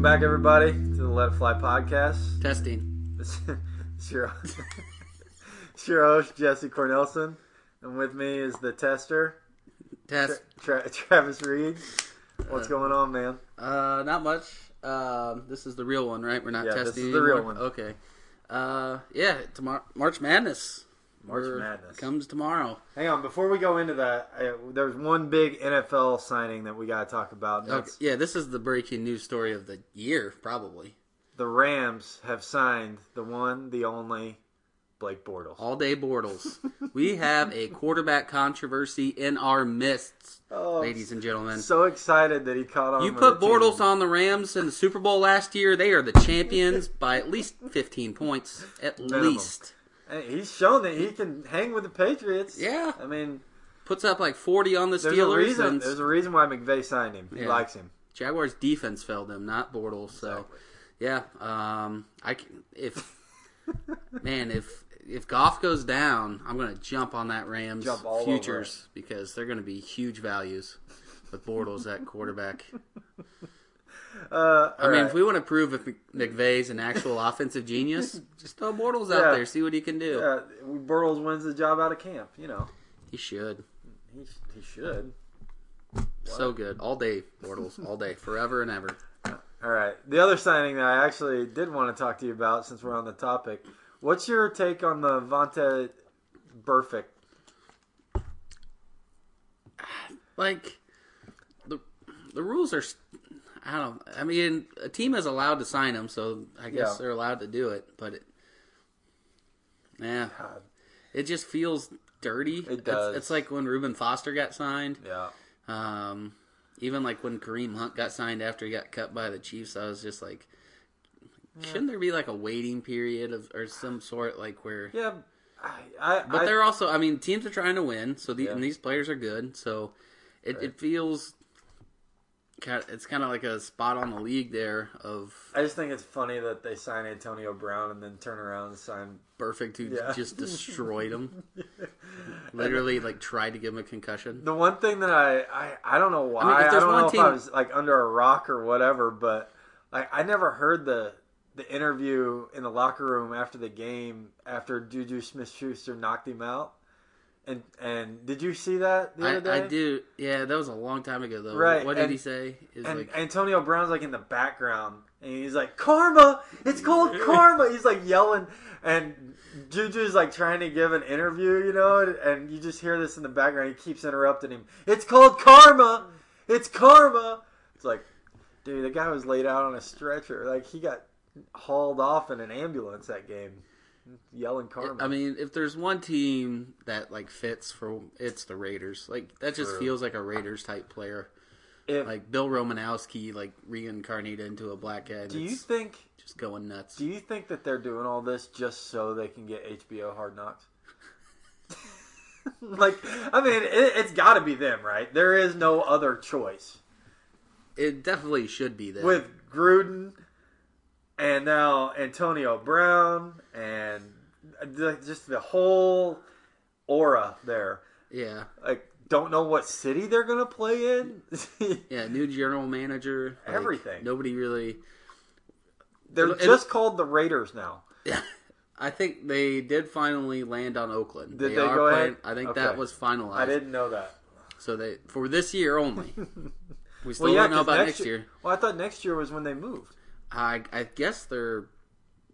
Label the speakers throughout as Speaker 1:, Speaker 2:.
Speaker 1: back, everybody, to the Let It Fly podcast.
Speaker 2: Testing.
Speaker 1: It's, it's, your, it's your host, Jesse Cornelson. And with me is the tester,
Speaker 2: Test.
Speaker 1: Tra- Travis Reed. What's going on, man?
Speaker 2: Uh, not much. Um, this is the real one, right? We're not
Speaker 1: Yeah, this
Speaker 2: testing.
Speaker 1: is the real
Speaker 2: anymore?
Speaker 1: one.
Speaker 2: Okay. Uh, yeah. Tomorrow, March Madness.
Speaker 1: March Madness.
Speaker 2: comes tomorrow.
Speaker 1: Hang on, before we go into that, I, there's one big NFL signing that we got to talk about. and
Speaker 2: Okay.
Speaker 1: That's
Speaker 2: Yeah, this is the breaking news story of the year, probably.
Speaker 1: The Rams have signed the one, the only Blake Bortles.
Speaker 2: All day Bortles. we have a quarterback controversy in our midst,
Speaker 1: Oh,
Speaker 2: ladies and gentlemen.
Speaker 1: So excited that he caught on.
Speaker 2: you
Speaker 1: with
Speaker 2: put
Speaker 1: the team.
Speaker 2: Bortles on the Rams in the Super Bowl last year. They are the champions by at least 15 points. At
Speaker 1: Minimum.
Speaker 2: least.
Speaker 1: And he's shown that he can hang with the Patriots.
Speaker 2: Yeah.
Speaker 1: I mean,
Speaker 2: Puts up like 40 on the
Speaker 1: there's
Speaker 2: Steelers.
Speaker 1: a reason.
Speaker 2: and
Speaker 1: There's a reason why McVay signed him. He
Speaker 2: Yeah.
Speaker 1: likes him.
Speaker 2: Jaguars defense failed them, not Bortles. So, yeah, um, I can, if man if if Goff goes down, I'm gonna jump on that Rams
Speaker 1: Jump all over
Speaker 2: futures because they're gonna be huge values with Bortles at quarterback.
Speaker 1: Uh,
Speaker 2: I mean, if we want to prove if McVay's an actual offensive genius, just throw Bortles
Speaker 1: Yeah.
Speaker 2: out there, see what he can do.
Speaker 1: uh, Bortles wins the job out of camp. You know,
Speaker 2: He should.
Speaker 1: he he should.
Speaker 2: So good all day, Bortles, all day, forever and ever.
Speaker 1: All right. The other signing that I actually did want to talk to you about, since we're on the topic, what's your take on the Vontae Burfict?
Speaker 2: like the the rules are s- I don't I mean a team is allowed to sign them so I guess
Speaker 1: Yeah.
Speaker 2: they're allowed to do it but it yeah it just feels dirty It's-
Speaker 1: does.
Speaker 2: it's, like when Reuben Foster got signed
Speaker 1: Yeah.
Speaker 2: um even like when Kareem Hunt got signed after he got cut by the Chiefs I was just like shouldn't there be like a waiting period of or some sort like where
Speaker 1: Yeah. I, I,
Speaker 2: but
Speaker 1: I-
Speaker 2: they're also, I mean, teams are trying to win, so the,
Speaker 1: Yeah.
Speaker 2: and these players are good. So it, it feels kind it's kind of like a spot on the league there of
Speaker 1: I just think it's funny that they sign Antonio Brown and then turn around and sign.
Speaker 2: perfect who
Speaker 1: Yeah.
Speaker 2: just destroyed him. Literally, like tried to give him a concussion.
Speaker 1: The one thing that I I, I don't know why
Speaker 2: mean, if
Speaker 1: I,
Speaker 2: there's
Speaker 1: don't
Speaker 2: one
Speaker 1: know
Speaker 2: team-
Speaker 1: if I was like under a rock or whatever, but like I never heard the the interview in the locker room after the game after Juju Smith Schuster knocked him out. And and did you see that the
Speaker 2: I,
Speaker 1: other day?
Speaker 2: I do, yeah. That was a long time ago, though.
Speaker 1: Right,
Speaker 2: What did
Speaker 1: and-
Speaker 2: he say? Is
Speaker 1: And
Speaker 2: like
Speaker 1: Antonio Brown's like in the background, and he's like, "Karma, it's called karma." He's like yelling, and Juju's like trying to give an interview, you know, and, and you just hear this in the background. He keeps interrupting him. It's called karma. It's karma. It's like, dude, the guy was laid out on a stretcher. Like he got hauled off in an ambulance that game, yelling karma.
Speaker 2: I mean, if there's one team that like fits for it's the Raiders. Like that just
Speaker 1: True.
Speaker 2: feels like a Raiders type player.
Speaker 1: If-
Speaker 2: Like Bill Romanowski, like reincarnated into a black guy.
Speaker 1: do you
Speaker 2: that's
Speaker 1: think?
Speaker 2: just going nuts?
Speaker 1: Do you think that they're doing all this just so they can get HBO Hard Knocks? like, I mean, it, it's got to be them, right? There is no other choice.
Speaker 2: it definitely should be there.
Speaker 1: With Gruden and now Antonio Brown and the- just the whole aura there.
Speaker 2: yeah,
Speaker 1: Like, don't know what city they're going to play in.
Speaker 2: yeah, new general manager, like,
Speaker 1: Everything.
Speaker 2: Nobody really.
Speaker 1: they're
Speaker 2: It'll-
Speaker 1: just called the Raiders now.
Speaker 2: I think they did finally land on Oakland.
Speaker 1: Did they go ahead?
Speaker 2: I think
Speaker 1: Okay.
Speaker 2: that was finalized.
Speaker 1: I didn't know that.
Speaker 2: So they for this year only. we still
Speaker 1: Well, yeah,
Speaker 2: don't know
Speaker 1: 'cause
Speaker 2: about
Speaker 1: next
Speaker 2: next year.
Speaker 1: year. Well, I thought next year was when they moved.
Speaker 2: I I guess they're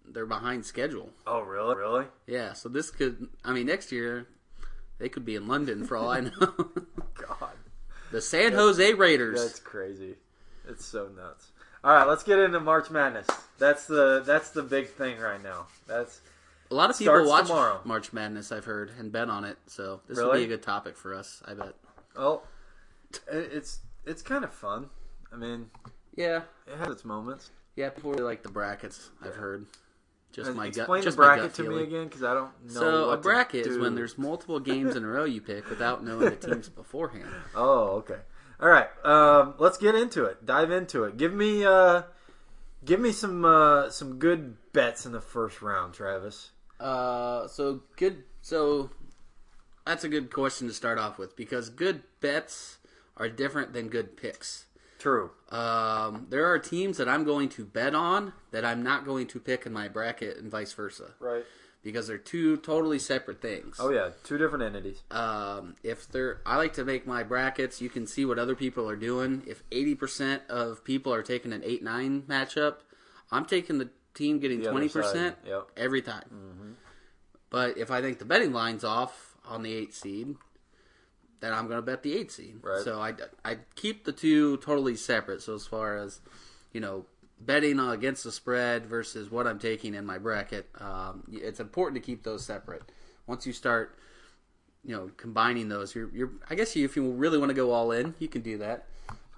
Speaker 2: they're behind schedule.
Speaker 1: Oh, really? Really?
Speaker 2: Yeah, so this could I mean next year they could be in London for all I know.
Speaker 1: God.
Speaker 2: the San Jose Raiders.
Speaker 1: That's crazy. It's so nuts. All right, let's get into March Madness. That's the that's the big thing right now. That's
Speaker 2: a lot of people
Speaker 1: starts
Speaker 2: watch
Speaker 1: tomorrow.
Speaker 2: March Madness, I've heard, and bet on it. So this would
Speaker 1: Really?
Speaker 2: be a good topic for us, I bet.
Speaker 1: oh, it, it's it's kind of fun. I mean,
Speaker 2: Yeah,
Speaker 1: it has its moments.
Speaker 2: yeah. People really like the brackets. I've heard. Just my
Speaker 1: Explain
Speaker 2: gut. Just
Speaker 1: the
Speaker 2: my
Speaker 1: bracket
Speaker 2: gut
Speaker 1: to me
Speaker 2: feeling.
Speaker 1: again because I don't know.
Speaker 2: So
Speaker 1: what
Speaker 2: a
Speaker 1: to
Speaker 2: bracket is
Speaker 1: do.
Speaker 2: when there's multiple games in a row you pick without knowing the teams beforehand.
Speaker 1: Oh, okay. All right. Um, let's get into it. Dive into it. Give me uh, give me some uh, some good bets in the first round, Travis.
Speaker 2: Uh, so good. So that's a good question to start off with because good bets are different than good picks.
Speaker 1: True.
Speaker 2: Um, there are teams that I'm going to bet on that I'm not going to pick in my bracket, and vice versa,
Speaker 1: Right.
Speaker 2: because they're two totally separate things.
Speaker 1: Oh yeah, two different entities.
Speaker 2: um, if they're i like to make my brackets you can see what other people are doing if 80% of people are taking an 8-9 matchup i'm taking the team getting
Speaker 1: The other
Speaker 2: 20%
Speaker 1: side, yep. Mm-hmm.
Speaker 2: every time but if i think the betting line's off on the 8 seed then i'm going to bet the 8 seed
Speaker 1: Right.
Speaker 2: so I, I keep the two totally separate so as far as you know betting against the spread versus what i'm taking in my bracket um, it's important to keep those separate once you start you know combining those you're, you're i guess you, if you really want to go all in you can do that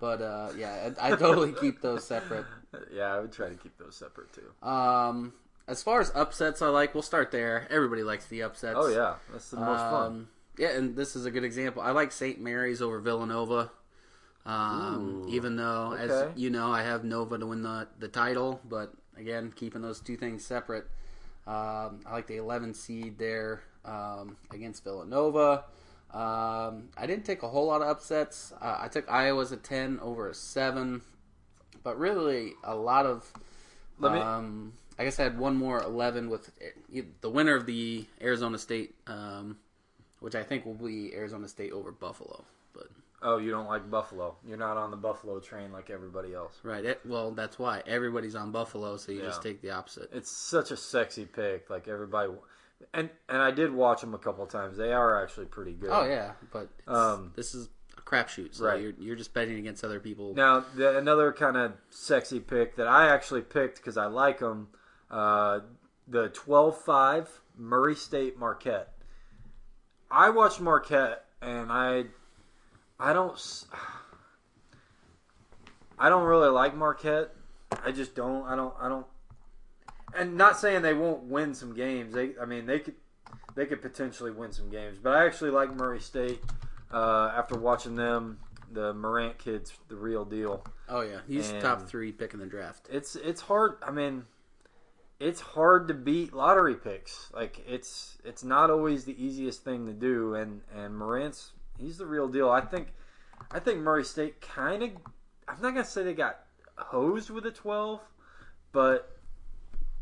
Speaker 2: but uh, yeah I, I totally keep those separate
Speaker 1: Yeah, I would try to keep those separate too.
Speaker 2: um, as far as upsets i like we'll start there everybody likes the upsets
Speaker 1: oh yeah, that's the most fun.
Speaker 2: um, yeah and this is a good example i like st mary's over villanova um, even though as
Speaker 1: okay.
Speaker 2: you know i have nova to win the, the title but again keeping those two things separate um, i like the 11 seed there um, against villanova um, i didn't take a whole lot of upsets uh, i took iowa's a 10 over a 7 but really a lot of
Speaker 1: Let me-
Speaker 2: um, I guess I had one more eleven with eh, the winner of the Arizona State, um, which I think will be Arizona State over Buffalo. But
Speaker 1: Oh, you don't like Buffalo. You're not on the Buffalo train like everybody else.
Speaker 2: right, eh, well that's why everybody's on Buffalo, so you just
Speaker 1: Yeah.
Speaker 2: take the opposite.
Speaker 1: It's such a sexy pick. Like everybody, and and I did watch them a couple times. They are actually pretty good.
Speaker 2: Oh yeah, but it's,
Speaker 1: Um,
Speaker 2: this is a crapshoot, so
Speaker 1: right.
Speaker 2: you're you're just betting against other people.
Speaker 1: Now, the, another kind of sexy pick that I actually picked because I like them uh, the 12 5 Murray State Marquette. I watched Marquette and I. I don't. s- I don't really like Marquette. I just don't. I don't. I don't. And not saying they won't win some games. They. I mean, they could. They could potentially win some games. But I actually like Murray State. Uh, after watching them, the Morant kids, the real deal.
Speaker 2: Oh yeah, he's
Speaker 1: And-
Speaker 2: top three pick in the draft.
Speaker 1: It's it's hard. I mean, it's hard to beat lottery picks. Like it's it's not always the easiest thing to do. And and Morant's he's the real deal. I think I think Murray State kind of. I'm not gonna say they got hosed with a 12, but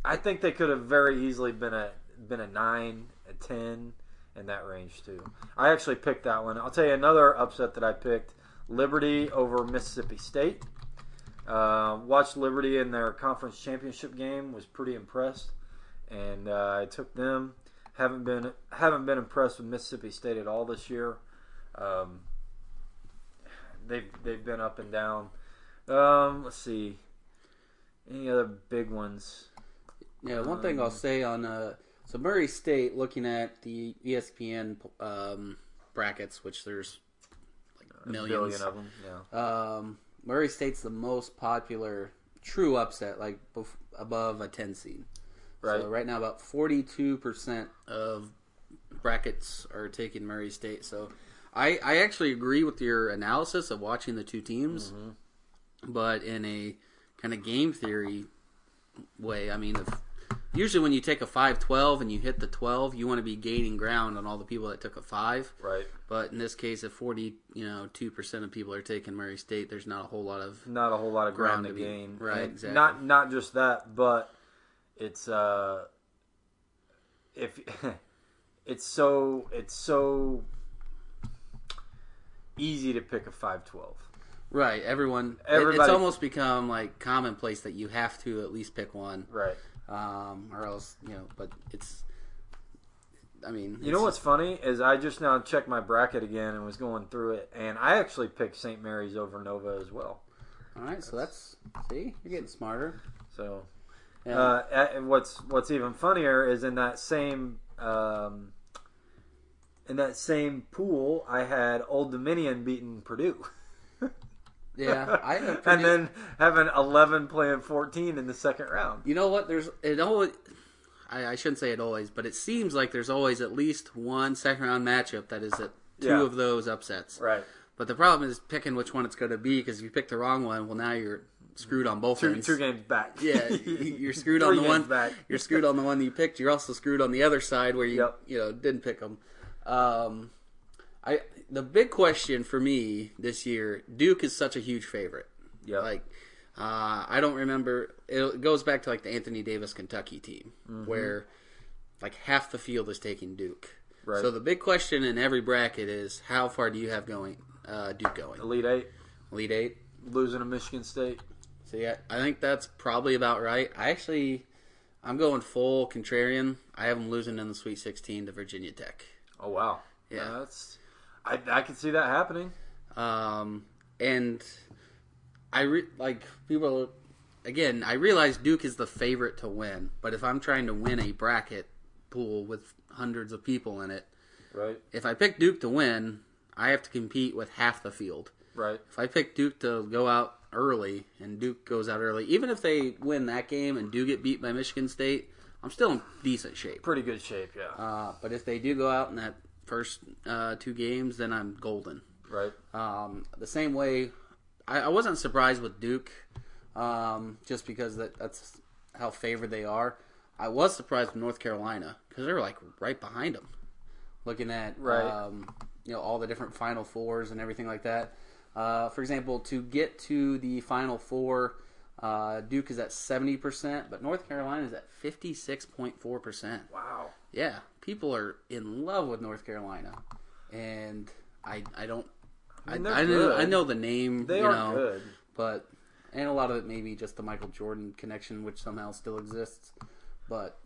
Speaker 1: I think they could have very easily been a been a nine, a ten, in that range too. I actually picked that one. I'll tell you another upset that I picked: Liberty over Mississippi State. Uh, watched Liberty in their conference championship game. Was pretty impressed, and uh, I took them. Haven't been haven't been impressed with Mississippi State at all this year. Um, they've they've been up and down. Um, let's see. Any other big ones?
Speaker 2: Yeah, one thing I'll say on uh, so Murray State, looking at the E ESPN um, brackets, which there's like millions.
Speaker 1: billion of them. Yeah.
Speaker 2: Um, Murray State's the most popular true upset, like bef- above a ten seed.
Speaker 1: Right.
Speaker 2: So right now, about forty-two percent of brackets are taking Murray State. So I, I actually agree with your analysis of watching the two teams, but in a kind of game theory way, I mean, if, usually when you take a 5-12 and you hit the twelve, you want to be gaining ground on all the people that took a five.
Speaker 1: Right.
Speaker 2: But in this case, if forty, you know, two percent of people are taking Murray State, there's not a whole lot of
Speaker 1: Not a whole lot of ground,
Speaker 2: Ground to
Speaker 1: to
Speaker 2: be-
Speaker 1: gain.
Speaker 2: right,
Speaker 1: And
Speaker 2: exactly.
Speaker 1: Not not just that, but it's uh, if it's so it's so easy to pick a five twelve.
Speaker 2: right. Everyone, it- it's
Speaker 1: Everybody-
Speaker 2: almost become like commonplace that you have to at least pick one,
Speaker 1: Right.
Speaker 2: um, or else you know. But it's, I mean,
Speaker 1: You know
Speaker 2: it's-
Speaker 1: what's funny is I just now checked my bracket again and was going through it, and I actually picked St. Mary's over Nova as well.
Speaker 2: All right, so that's see, you're getting smarter.
Speaker 1: So
Speaker 2: Yeah.
Speaker 1: Uh, and what's what's even funnier is in that same um, in that same pool, I had Old Dominion beating Purdue,
Speaker 2: yeah, I have a
Speaker 1: and
Speaker 2: pretty-
Speaker 1: then having eleven playing fourteen in the second round.
Speaker 2: You know what? There's it always. I, I shouldn't say it always, but it seems like there's always at least one second round matchup that is at two
Speaker 1: Yeah.
Speaker 2: of those upsets.
Speaker 1: Right,
Speaker 2: But the problem is picking which one it's going to be because if you pick the wrong one, well, now you're screwed on both
Speaker 1: two,
Speaker 2: ends.
Speaker 1: two games back.
Speaker 2: Yeah, you- you're screwed on
Speaker 1: Three
Speaker 2: the
Speaker 1: games
Speaker 2: one.
Speaker 1: back.
Speaker 2: You're screwed on the one that you picked. You're also screwed on the other side where you
Speaker 1: Yep.
Speaker 2: you know didn't pick them. Um, I the big question for me this year, Duke is such a huge favorite.
Speaker 1: Yeah.
Speaker 2: Like, uh, I don't remember. It goes back to like the Anthony Davis Kentucky team,
Speaker 1: Mm-hmm.
Speaker 2: where like half the field is taking Duke.
Speaker 1: Right.
Speaker 2: So the big question in every bracket is how far do you have going uh, Duke going?
Speaker 1: Elite Eight,
Speaker 2: Elite eight.
Speaker 1: losing to Michigan State.
Speaker 2: So yeah, I think that's probably about right. I actually, I'm going full contrarian. I have them losing in the Sweet 16 to Virginia Tech.
Speaker 1: Oh wow.
Speaker 2: Yeah.
Speaker 1: That's. I I can see that happening.
Speaker 2: Um, and I re- like people again. I realize Duke is the favorite to win, but if I'm trying to win a bracket pool with hundreds of people in it,
Speaker 1: Right.
Speaker 2: if I pick Duke to win, I have to compete with half the field.
Speaker 1: Right.
Speaker 2: If I pick Duke to go out early and Duke goes out early, even if they win that game and do get beat by Michigan State, I'm still in decent shape.
Speaker 1: Pretty good shape. Yeah.
Speaker 2: Uh, but if they do go out in that first uh, two games, then I'm golden.
Speaker 1: right.
Speaker 2: Um, the same way, I, I wasn't surprised with Duke, um, just because that, that's how favored they are. I was surprised with North Carolina because they're like right behind them, looking at
Speaker 1: Right.
Speaker 2: um, you know all the different Final Fours and everything like that. Uh, for example, to get to the Final Four, uh, Duke is at seventy percent, but North Carolina is at fifty six point four percent.
Speaker 1: Wow.
Speaker 2: Yeah, people are in love with North Carolina, and I I don't I
Speaker 1: mean, they're
Speaker 2: I, know
Speaker 1: good.
Speaker 2: I know the name
Speaker 1: They
Speaker 2: you
Speaker 1: are
Speaker 2: know,
Speaker 1: good.
Speaker 2: but and a lot of it may be just the Michael Jordan connection, which somehow still exists. But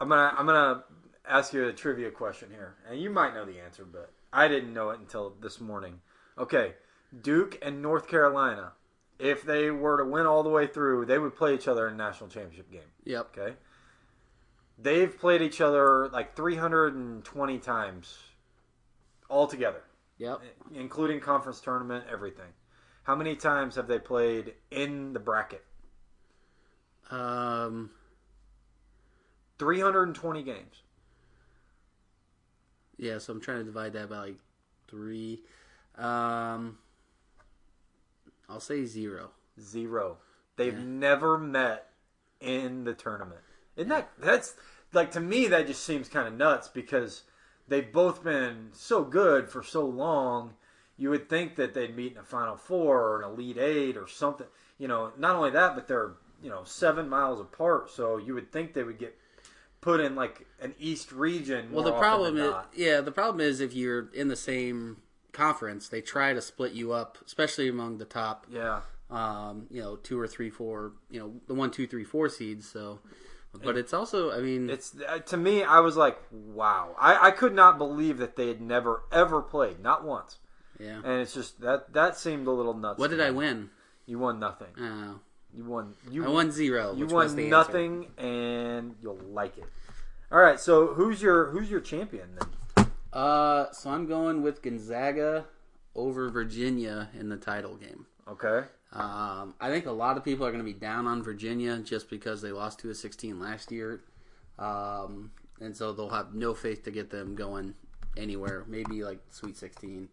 Speaker 1: I'm gonna I'm gonna ask you a trivia question here, and you might know the answer, but I didn't know it until this morning. Okay, Duke and North Carolina, if they were to win all the way through, they would play each other in a national championship game.
Speaker 2: yep,
Speaker 1: Okay, they've played each other like 320 times all together,
Speaker 2: yep,
Speaker 1: including conference tournament, everything. How many times have they played in the bracket?
Speaker 2: um,
Speaker 1: 320 games.
Speaker 2: yeah. So I'm trying to divide that by like three. Um, I'll say zero.
Speaker 1: Zero. They've never met in the tournament. Isn't that that's like to me that just seems kind of nuts because they've both been so good for so long. You would think that they'd meet in a Final Four or an Elite Eight or something. You know, not only that, but they're you know seven miles apart. So you would think they would get put in like an East region.
Speaker 2: Well, the
Speaker 1: more often
Speaker 2: problem
Speaker 1: than
Speaker 2: is,
Speaker 1: not.
Speaker 2: yeah, the problem is if you're in the same conference, they try to split you up, especially among the top
Speaker 1: yeah,
Speaker 2: um, you know, two or three, four, you know, the one, two, three, four seeds. So, but it's also, I mean,
Speaker 1: It's uh, to me, I was like, wow, I, I could not believe that they had never ever played, not once.
Speaker 2: yeah.
Speaker 1: And it's just that that seemed a little nuts.
Speaker 2: What
Speaker 1: to
Speaker 2: did I
Speaker 1: me.
Speaker 2: win?
Speaker 1: You won nothing.
Speaker 2: Uh,
Speaker 1: You won. You
Speaker 2: I won zero.
Speaker 1: You
Speaker 2: which was the
Speaker 1: won
Speaker 2: answer.
Speaker 1: nothing, and you'll like it. All right. So who's your who's your champion then?
Speaker 2: Uh, so I'm going with Gonzaga over Virginia in the title game.
Speaker 1: Okay.
Speaker 2: Um, I think a lot of people are going to be down on Virginia just because they lost to a 16 last year, um, and so they'll have no faith to get them going anywhere. Maybe like Sweet 16.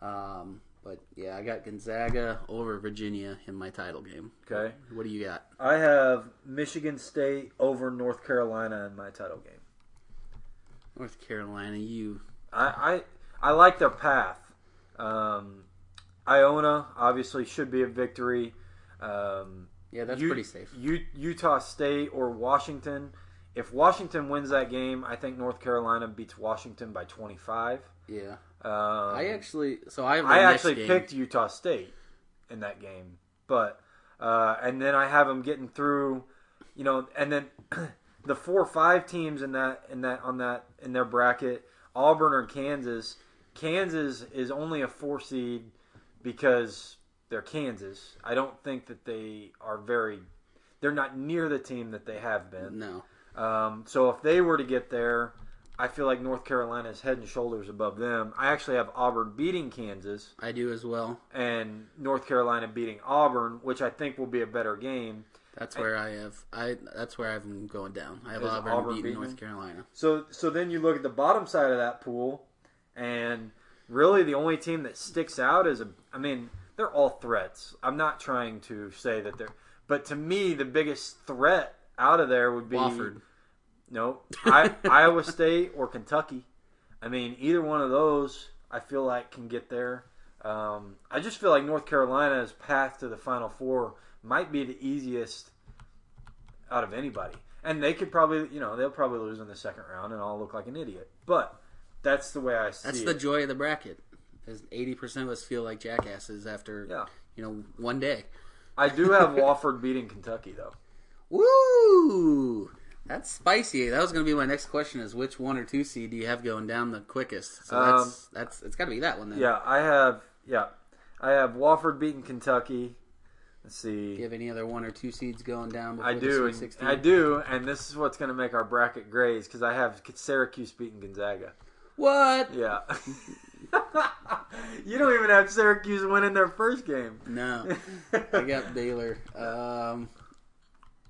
Speaker 2: Um, but yeah, I got Gonzaga over Virginia in my title game.
Speaker 1: Okay.
Speaker 2: What do you got?
Speaker 1: I have Michigan State over North Carolina in my title game.
Speaker 2: North Carolina, you.
Speaker 1: I I, I like their path. Um, Iona obviously should be a victory. Um,
Speaker 2: Yeah, that's
Speaker 1: U-
Speaker 2: pretty safe.
Speaker 1: U- Utah State or Washington. If Washington wins that game, I think North Carolina beats Washington by 25.
Speaker 2: Yeah,
Speaker 1: Um,
Speaker 2: I
Speaker 1: I,
Speaker 2: actually. So I have. the next
Speaker 1: actually
Speaker 2: game.
Speaker 1: picked Utah State in that game, but uh, and then I have them getting through, you know, and then the four or five teams in that in that on that in their bracket, Auburn or Kansas. Kansas is only a four seed because they're Kansas. I don't think that they are very. They're not near the team that they have been.
Speaker 2: No.
Speaker 1: Um, so if they were to get there, I feel like North Carolina is head and shoulders above them. I actually have Auburn beating Kansas
Speaker 2: I do as well.
Speaker 1: and North Carolina beating Auburn, which I think will be a better game.
Speaker 2: That's where I, have. I that's where I'm going down. I have
Speaker 1: Is
Speaker 2: Auburn,
Speaker 1: Auburn
Speaker 2: beating
Speaker 1: beating
Speaker 2: North
Speaker 1: them?
Speaker 2: Carolina.
Speaker 1: So so then you look at the bottom side of that pool, and really the only team that sticks out is a. I mean, they're all threats. I'm not trying to say that they're, but to me the biggest threat out of there would be
Speaker 2: Wofford.
Speaker 1: No, I, Iowa State or Kentucky. I mean, either one of those, I feel like can get there. Um, I just feel like North Carolina's path to the Final Four might be the easiest out of anybody, and they could probably, you know, they'll probably lose in the second round, and I'll look like an idiot. But that's the way I see
Speaker 2: That's
Speaker 1: it.
Speaker 2: the joy of the bracket. Is eighty percent of us feel like jackasses after
Speaker 1: Yeah.
Speaker 2: you know one day.
Speaker 1: I do have Wofford beating Kentucky though.
Speaker 2: Woo! That's spicy. That was going to be my next question: is which one or two seed do you have going down the quickest? So that's that's it's got to be that one then.
Speaker 1: Um, Yeah, I have. Yeah, I have Wofford beating Kentucky. Let's see.
Speaker 2: Do you have any other one or two seeds going down? Before
Speaker 1: I
Speaker 2: the
Speaker 1: do.
Speaker 2: Sweet
Speaker 1: and-
Speaker 2: 16?
Speaker 1: I do, and this is what's going to make our bracket grays because I have Syracuse beating Gonzaga.
Speaker 2: What?
Speaker 1: Yeah. you don't even have Syracuse winning their first game.
Speaker 2: No, I got Baylor. Um,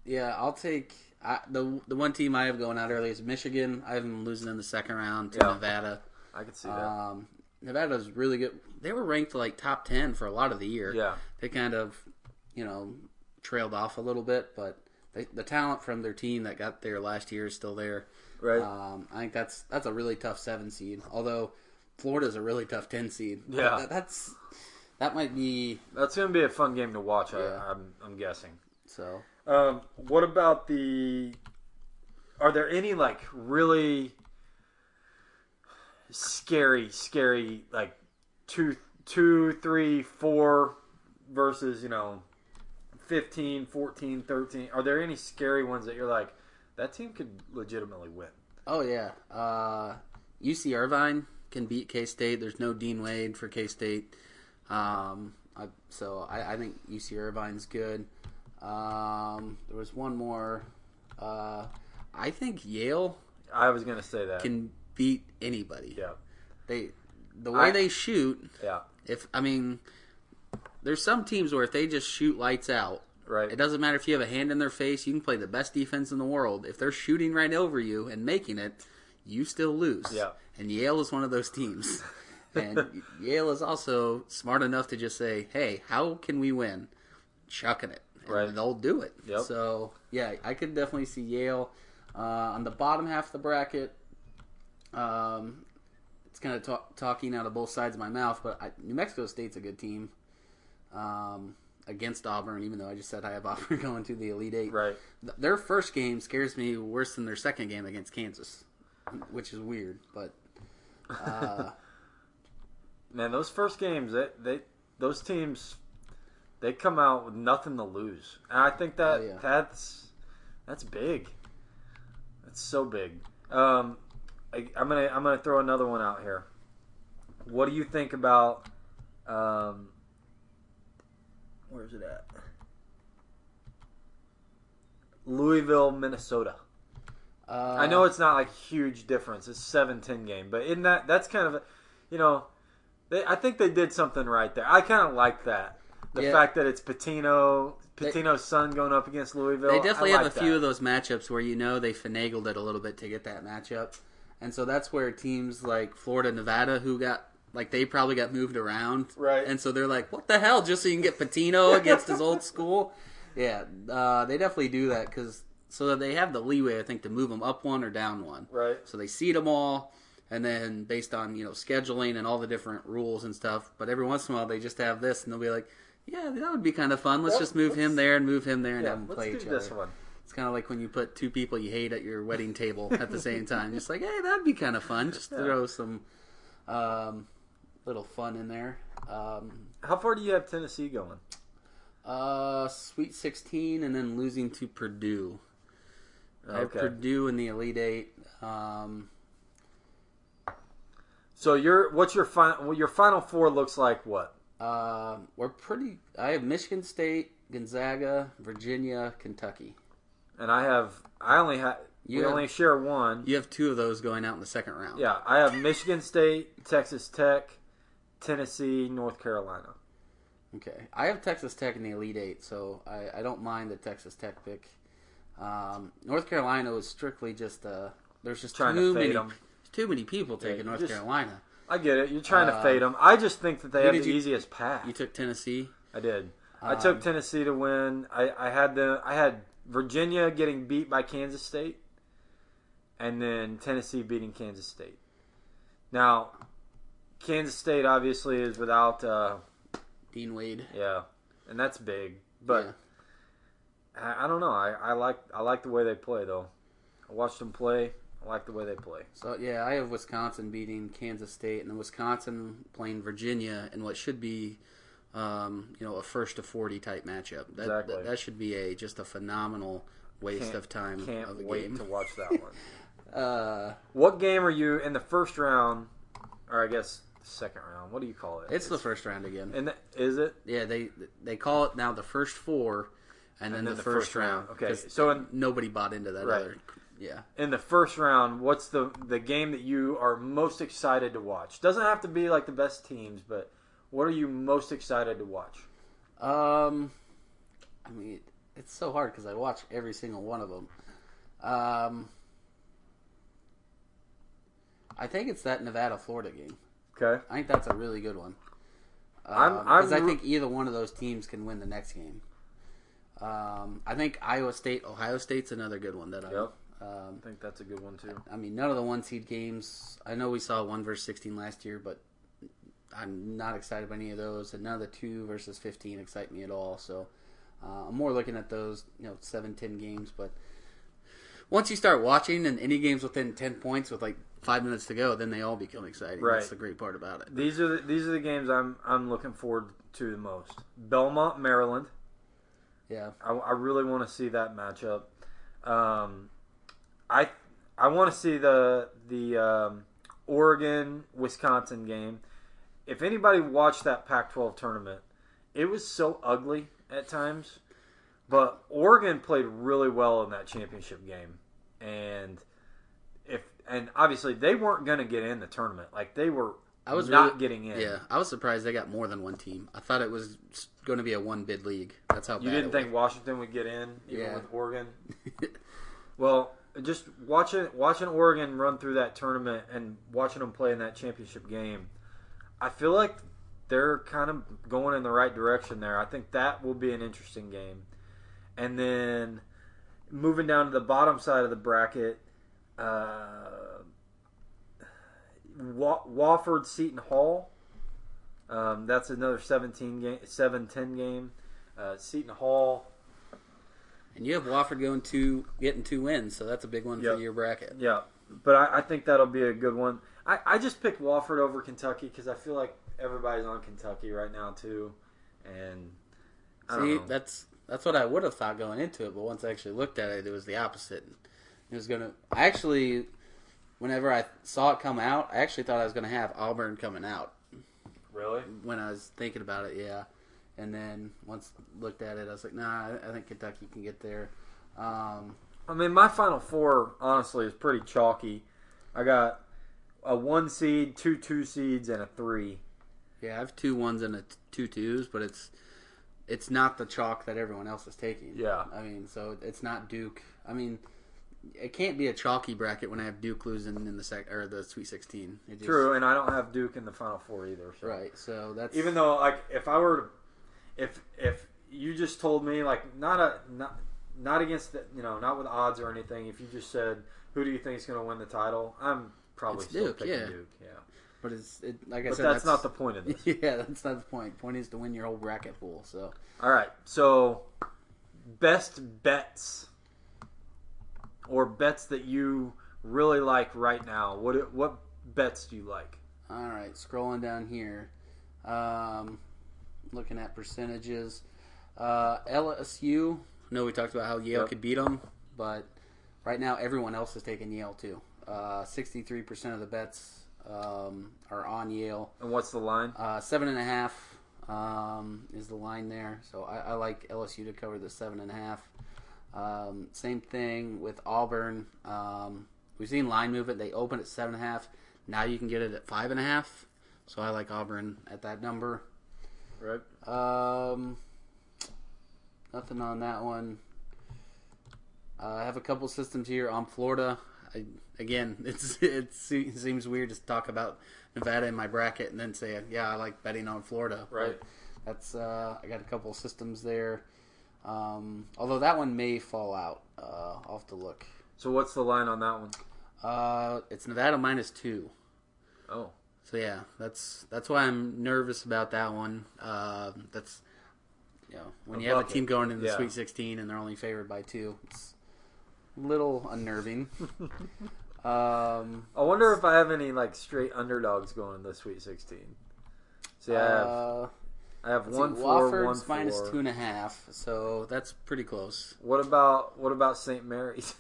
Speaker 2: yeah, I'll take I, the the one team I have going out early is Michigan. I have them losing in the second round to
Speaker 1: Yeah.
Speaker 2: Nevada.
Speaker 1: I could see that.
Speaker 2: Um, Nevada's really good. They were ranked like top ten for a lot of the year.
Speaker 1: yeah.
Speaker 2: they kind of, you know, trailed off a little bit, but they, the talent from their team that got there last year is still there.
Speaker 1: Right.
Speaker 2: Um, I think that's that's a really tough seven seed. Although Florida's a really tough ten seed.
Speaker 1: Yeah.
Speaker 2: That- that's that might be
Speaker 1: That's going to be a fun game to watch.
Speaker 2: Yeah.
Speaker 1: I, I'm, I'm guessing.
Speaker 2: so.
Speaker 1: Um, what about the? Are there any like really scary, scary like two, two, three, four versus you know 15, 14, 13? Are there any scary ones that you're like that team could legitimately win?
Speaker 2: Oh yeah, uh, UC Irvine can beat K State. There's no Dean Wade for K State, um, I, so I, I think UC Irvine's good. Um, there was one more. Uh, I think Yale
Speaker 1: I was gonna say that.
Speaker 2: can beat anybody.
Speaker 1: yeah,
Speaker 2: They the way
Speaker 1: I-
Speaker 2: they shoot.
Speaker 1: yeah,
Speaker 2: If I mean, there's some teams where if they just shoot lights out,
Speaker 1: right.
Speaker 2: it doesn't matter if you have a hand in their face. You can play the best defense in the world. If they're shooting right over you and making it, you still lose.
Speaker 1: Yeah.
Speaker 2: And Yale is one of those teams. and Yale is also smart enough to just say, "Hey, how can we win? Chucking it." And
Speaker 1: Right.
Speaker 2: They'll do it.
Speaker 1: Yep.
Speaker 2: So yeah, I could definitely see Yale uh, on the bottom half of the bracket. Um, it's kind of talk, talking out of both sides of my mouth, but I, New Mexico State's a good team um, against Auburn, even though I just said I have Auburn going to the Elite Eight.
Speaker 1: Right.
Speaker 2: Th- Their first game scares me worse than their second game against Kansas, which is weird. But uh,
Speaker 1: Man, those first games, they, they those teams, they come out with nothing to lose, and I think that
Speaker 2: Oh, yeah.
Speaker 1: that's that's big. That's so big. Um, I, I'm gonna I'm gonna throw another one out here. What do you think about? Um, where's it at? Louisville, Minnesota.
Speaker 2: uh,
Speaker 1: I know it's not like huge difference. It's 7-10 game, but in that that's kind of, you know, they, I think they did something right there. I kind of like that. The
Speaker 2: Yeah.
Speaker 1: fact that it's Patino Patino's son going up against Louisville.
Speaker 2: they definitely
Speaker 1: I
Speaker 2: have
Speaker 1: like
Speaker 2: a few
Speaker 1: that.
Speaker 2: of those matchups where you know they finagled it a little bit to get that matchup, and so that's where teams like Florida, Nevada, who got like they probably got moved around,
Speaker 1: Right.
Speaker 2: And so they're like, "What the hell?" Just so you can get Patino against his old school, yeah. Uh, they definitely do that because so that they have the leeway, I think, to move them up one or down one,
Speaker 1: Right.
Speaker 2: So they seed them all. And then based on you know scheduling and all the different rules and stuff, but every once in a while they just have this and they'll be like, yeah, that would be kind of fun. Let's
Speaker 1: Yep,
Speaker 2: just move him
Speaker 1: let's-
Speaker 2: there and move him there and
Speaker 1: Yeah,
Speaker 2: have them
Speaker 1: let's
Speaker 2: play
Speaker 1: do
Speaker 2: each
Speaker 1: this
Speaker 2: other.
Speaker 1: one.
Speaker 2: It's kind of like when you put two people you hate at your wedding table at the same time. Just like, hey, that'd be kind of fun. Just throw some um, little fun in there. Um,
Speaker 1: How far do you have Tennessee going?
Speaker 2: uh, Sweet 16 and then losing to Purdue. I have
Speaker 1: Okay.
Speaker 2: Purdue in the Elite Eight. Um,
Speaker 1: So your what's your final well, your final four looks like what?
Speaker 2: uh, we're pretty. I have Michigan State, Gonzaga, Virginia, Kentucky.
Speaker 1: And
Speaker 2: And
Speaker 1: I have I only have
Speaker 2: You
Speaker 1: we
Speaker 2: have-
Speaker 1: only share one.
Speaker 2: You have two of those going out in the second round.
Speaker 1: yeah, I have Michigan State, Texas Tech, Tennessee, North Carolina.
Speaker 2: Okay, I have Texas Tech in the Elite Eight, so I, I don't mind the Texas Tech pick. Um, North Carolina was strictly just uh, there's just
Speaker 1: Trying to
Speaker 2: too
Speaker 1: fade
Speaker 2: many
Speaker 1: 'em.
Speaker 2: too many people taking
Speaker 1: you
Speaker 2: North
Speaker 1: just-
Speaker 2: Carolina.
Speaker 1: I get it. You're trying
Speaker 2: Uh,
Speaker 1: to fade them. I just think that they have the
Speaker 2: did you-
Speaker 1: easiest path.
Speaker 2: You Um, took Tennessee.
Speaker 1: I did. I took Tennessee to win. I, I had the I had Virginia getting beat by Kansas State, and then Tennessee beating Kansas State. Now, Kansas State obviously is without. Uh,
Speaker 2: Dean Wade.
Speaker 1: yeah, and that's big. But I, I don't know. I, I like I like the way they play though. I watched them play. I like the way they play.
Speaker 2: So yeah, I have Wisconsin beating Kansas State, and then Wisconsin playing Virginia in what should be, um, you know, a first to forty type matchup. That,
Speaker 1: Exactly.
Speaker 2: that, that should be a just a phenomenal waste
Speaker 1: Can't-
Speaker 2: of time
Speaker 1: Can't
Speaker 2: of a
Speaker 1: wait
Speaker 2: game.
Speaker 1: to watch that one.
Speaker 2: Uh,
Speaker 1: what game are you in the first round, or I guess second round? What do you call it?
Speaker 2: it's the first round again.
Speaker 1: and the, is it
Speaker 2: Yeah, they they call it now the first four, and, then, the, first, round.
Speaker 1: Okay,
Speaker 2: 'cause
Speaker 1: so in-
Speaker 2: nobody bought into that
Speaker 1: Right.
Speaker 2: other. Yeah,
Speaker 1: in the first round? What's the the game that you are most excited to watch? Doesn't have to be like the best teams, but what are you most excited to watch?
Speaker 2: Um, I mean, it's so hard because I watch every single one of them. Um, I think it's that Nevada Florida game.
Speaker 1: Okay,
Speaker 2: I think that's a really good one.
Speaker 1: I'm-
Speaker 2: Because I
Speaker 1: I'm-
Speaker 2: think either one of those teams can win the next game. Um, I think Iowa State, Ohio State's another good one that I.
Speaker 1: Yep.
Speaker 2: Um,
Speaker 1: I think that's a good one too.
Speaker 2: I mean, none of the one seed games. I know we saw one versus sixteen last year, but I'm not excited by any of those, and none of the two versus fifteen excite me at all. So uh, I'm more looking at those, you know, seven ten games. But once you start watching, and any games within ten points with like five minutes to go, then they all become exciting.
Speaker 1: Right.
Speaker 2: That's the great part about it.
Speaker 1: These are the, these are the games I'm I'm looking forward to the most. Belmont, Maryland.
Speaker 2: Yeah,
Speaker 1: I, I really want to see that matchup. Um, I I want to see the the um, Oregon Wisconsin game. If anybody watched that Pac-12 tournament, it was so ugly at times. But Oregon played really well in that championship game, and if and obviously they weren't going to get in the tournament. Like they were
Speaker 2: I was
Speaker 1: not
Speaker 2: really-
Speaker 1: getting in.
Speaker 2: yeah. I was surprised they got more than one team. I thought it was going to be a one bid league. That's how
Speaker 1: You
Speaker 2: bad
Speaker 1: didn't
Speaker 2: it
Speaker 1: think Washington would get in, even
Speaker 2: Yeah.
Speaker 1: with Oregon.
Speaker 2: was.
Speaker 1: Well, just watching watching Oregon run through that tournament and watching them play in that championship game, I feel like they're kind of going in the right direction there. I think that will be an interesting game. And then moving down to the bottom side of the bracket, uh, Wa- Wofford Seton Hall. Um, that's another 17 game, 7-10 game. Uh, Seton Hall.
Speaker 2: And you have Wofford going two, getting two wins, so that's a big one
Speaker 1: Yep.
Speaker 2: for your bracket.
Speaker 1: Yeah, but I, I think that'll be a good one. I, I just picked Wofford over Kentucky because I feel like everybody's on Kentucky right now too, and I don't
Speaker 2: See,
Speaker 1: know.
Speaker 2: that's that's what I would have thought going into it, but once I actually looked at it, it was the opposite. It was gonna. I actually, whenever I saw it come out, I actually thought I was gonna have Auburn coming out
Speaker 1: really
Speaker 2: when I was thinking about it. Yeah, and then once looked at it, I was like, nah, I- I think Kentucky can get there. Um,
Speaker 1: I mean, my final four honestly is pretty chalky. I got a one seed, two two seeds, and a three.
Speaker 2: yeah, I have two ones and a t- two twos, but it's it's not the chalk that everyone else is taking.
Speaker 1: Yeah.
Speaker 2: I mean, so it's not Duke. I mean, it can't be a chalky bracket when I have Duke losing in the sec or the Sweet Sixteen. It just,
Speaker 1: True, and I don't have Duke in the final four either. So.
Speaker 2: Right. So that's
Speaker 1: Even though, like, if I were, to, if if you just told me, like, not a not not against the, you know, not with odds or anything. If you just said, who do you think is going to win the title? I'm probably
Speaker 2: It's
Speaker 1: still
Speaker 2: Duke,
Speaker 1: picking
Speaker 2: yeah.
Speaker 1: Duke. Yeah,
Speaker 2: but it's it, like I
Speaker 1: but
Speaker 2: said,
Speaker 1: that's, not the point of this.
Speaker 2: yeah, that's not the point. Point is to win your whole bracket pool. So
Speaker 1: All right, so best bets or bets that you really like right now. What what bets do you like?
Speaker 2: all right, scrolling down here, um, looking at percentages. Uh, LSU. I know we talked about how Yale
Speaker 1: Yep.
Speaker 2: could beat them, but right now everyone else is taking Yale too. Uh, Sixty-three percent of the bets um, are on Yale.
Speaker 1: And what's the line?
Speaker 2: Uh, seven and a half um, is the line there. So I, I like LSU to cover the seven and a half. Um, same thing with Auburn. Um, we've seen line movement. They opened at seven and a half. Now you can get it at five and a half. So I like Auburn at that number.
Speaker 1: Right.
Speaker 2: Um, nothing on that one. Uh, I have a couple systems here on Florida. I, again, it's it se- seems weird to talk about Nevada in my bracket and then say, yeah, I like betting on Florida. but
Speaker 1: Right.
Speaker 2: That's uh, I got a couple systems there. Um, although that one may fall out. Uh, I'll have to look.
Speaker 1: So what's the line on that one?
Speaker 2: Uh, it's Nevada minus two.
Speaker 1: Oh,
Speaker 2: So yeah, that's that's why I'm nervous about that one. Uh, that's you know when
Speaker 1: A
Speaker 2: you have a
Speaker 1: bucket.
Speaker 2: team going into the
Speaker 1: Yeah.
Speaker 2: Sweet 16 and they're only favored by two, it's a little unnerving. um,
Speaker 1: I wonder if I have any like straight underdogs going in the Sweet 16. See, I have,
Speaker 2: uh,
Speaker 1: I have
Speaker 2: let's see,
Speaker 1: one four, one
Speaker 2: Wofford's
Speaker 1: four.
Speaker 2: minus two and a half, so that's pretty close.
Speaker 1: What about what about St. Mary's?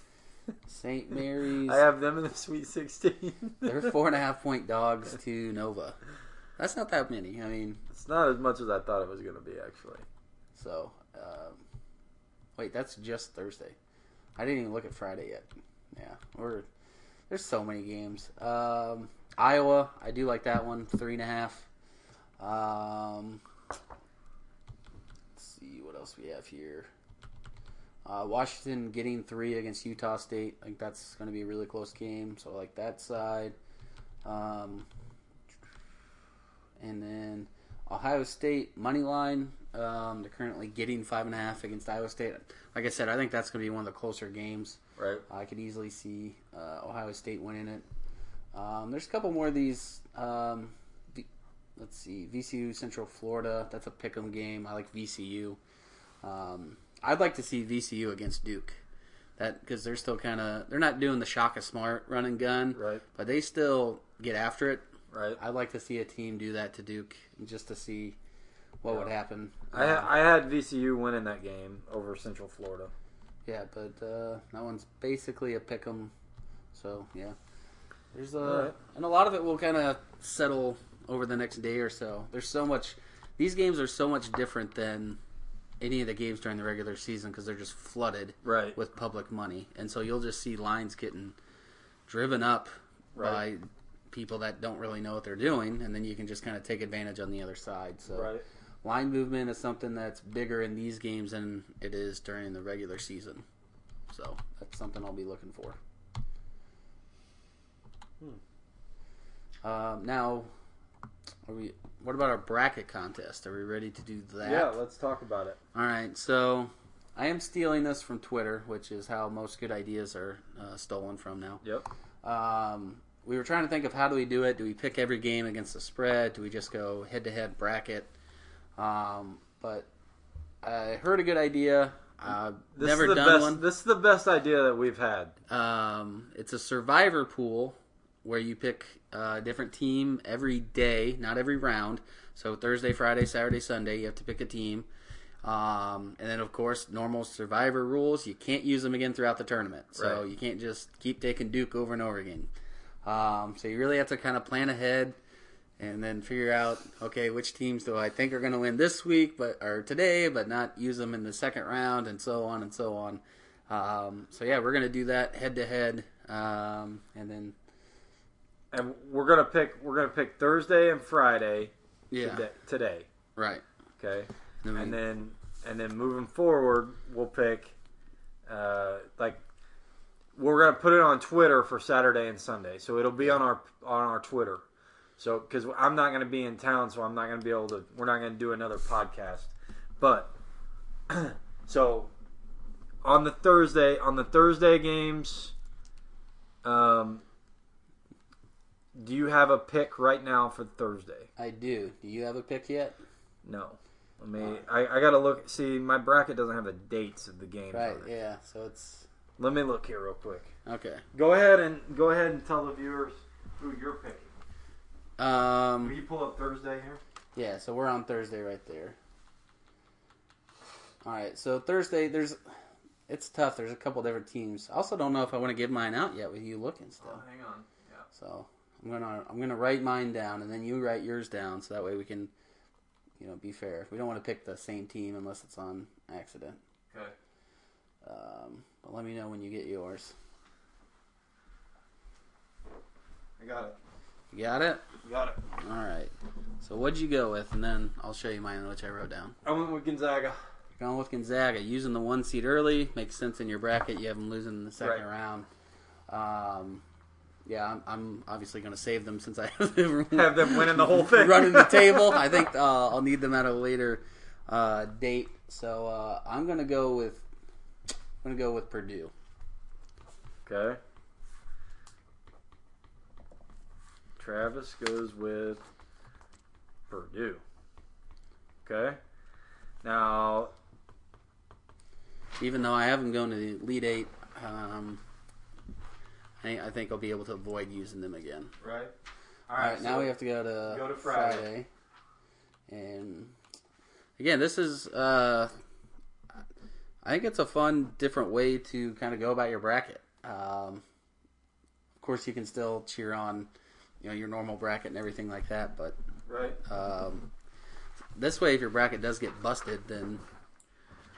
Speaker 2: St. Mary's,
Speaker 1: I have them in the Sweet 16.
Speaker 2: they're four and a half point dogs to Nova. That's not that many. I mean,
Speaker 1: it's not as much as I thought it was going to be actually.
Speaker 2: So, um, wait, that's just Thursday. I didn't even look at Friday yet. Yeah, we're there's so many games. Um, Iowa, I do like that one, three and a half. Um, let's see what else we have here. Uh, Washington getting three against Utah State. I think that's going to be a really close game. So I like that side. Um, and then Ohio State money line. Um, they're currently getting five and a half against Iowa State. Like I said, I think that's going to be one of the closer games.
Speaker 1: Right.
Speaker 2: I could easily see uh, Ohio State winning it. Um, there's a couple more of these. Um, v- let's see, VCU Central Florida. That's a pick'em game. I like VCU. Um, I'd like to see VCU against Duke. That because they're still kind of they're not doing the shock of smart run and gun,
Speaker 1: Right.
Speaker 2: But they still get after it.
Speaker 1: Right.
Speaker 2: I'd like to see a team do that to Duke just to see what would happen. Uh,
Speaker 1: I I had VCU winning that game over Central Florida.
Speaker 2: yeah, but uh, that one's basically a pick 'em. So yeah, there's a
Speaker 1: Alright.
Speaker 2: and a lot of it will kind of settle over the next day or so. There's so much. These games are so much different than any of the games during the regular season because they're just flooded
Speaker 1: Right.
Speaker 2: with public money, and so you'll just see lines getting driven up
Speaker 1: Right.
Speaker 2: by people that don't really know what they're doing, and then you can just kind of take advantage on the other side. So
Speaker 1: Right.
Speaker 2: line movement is something that's bigger in these games than it is during the regular season. So that's something I'll be looking for. Um, now, are we? What about our bracket contest? Are we ready to do that?
Speaker 1: Yeah, let's talk about it.
Speaker 2: All right, so I am stealing this from Twitter, which is how most good ideas are uh, stolen from now.
Speaker 1: Yep.
Speaker 2: Um, we were trying to think of how do we do it? Do we pick every game against the spread? Do we just go head to head bracket? Um, but I heard a good idea. I've
Speaker 1: This
Speaker 2: never
Speaker 1: is the
Speaker 2: done
Speaker 1: best,
Speaker 2: one.
Speaker 1: This is the best idea that we've had.
Speaker 2: Um, it's a survivor pool where you pick uh, a different team every day, not every round. So Thursday, Friday, Saturday, Sunday, you have to pick a team. Um, and then, of course, normal survivor rules. You can't use them again throughout the tournament. So
Speaker 1: Right.
Speaker 2: you can't just keep taking Duke over and over again. Um, so you really have to kind of plan ahead and then figure out okay which teams do I think are going to win this week, but or today, but not use them in the second round, and so on and so on. Um, so yeah, we're going to do that head to head, and then
Speaker 1: And we're gonna pick we're gonna pick Thursday and Friday
Speaker 2: yeah,
Speaker 1: today, today.
Speaker 2: right.
Speaker 1: Okay.
Speaker 2: Then we-
Speaker 1: And then and then moving forward, we'll pick uh, like we're gonna put it on Twitter for Saturday and Sunday, so it'll be on our on our Twitter. So because I'm not gonna be in town, so I'm not gonna be able to. We're not gonna do another podcast, but so on the Thursday on the Thursday games. Um, do you have a pick right now for Thursday?
Speaker 2: I do. Do you have a pick yet?
Speaker 1: No. I mean, I, I gotta look. See, my bracket doesn't have the dates of the games.
Speaker 2: Right.
Speaker 1: on it.
Speaker 2: Yeah. So it's
Speaker 1: Let me look here real quick.
Speaker 2: okay.
Speaker 1: Go ahead and go ahead and tell the viewers who you're picking. Will
Speaker 2: Um,
Speaker 1: you pull up Thursday here?
Speaker 2: yeah. So we're on Thursday right there. All right. So Thursday, there's it's tough. There's a couple different teams. I also don't know if I want to give mine out yet with you looking still.
Speaker 1: Oh, hang on.
Speaker 2: So I'm gonna I'm gonna write mine down, and then you write yours down, so that way we can, you know, be fair. We don't want to pick the same team unless it's on accident.
Speaker 1: Okay.
Speaker 2: Um, but let me know when you get yours.
Speaker 1: I got it.
Speaker 2: You got it.
Speaker 1: Got it.
Speaker 2: All right. So what'd you go with, and then I'll show you mine, which I wrote down.
Speaker 1: I went with Gonzaga.
Speaker 2: Going with Gonzaga, using the one seed early makes sense in your bracket. You have them losing in the second
Speaker 1: Right.
Speaker 2: round. Um, yeah, I'm, I'm obviously going to save them since I have them
Speaker 1: Have them winning the whole thing.
Speaker 2: running the table. I think uh, I'll need them at a later uh, date. So uh, I'm gonna go with I'm gonna go with Purdue.
Speaker 1: Okay. Travis goes with Purdue. Okay. Now,
Speaker 2: Even though I haven't gone to the Elite Eight, um, I, I think I'll be able to avoid using them again.
Speaker 1: right.
Speaker 2: All right, now we have to go to,
Speaker 1: go to Friday.
Speaker 2: Friday. And again, this is uh, I think it's a fun, different way to kind of go about your bracket. Um, of course, you can still cheer on, you know, your normal bracket and everything like that. But
Speaker 1: right.
Speaker 2: um, this way, if your bracket does get busted, then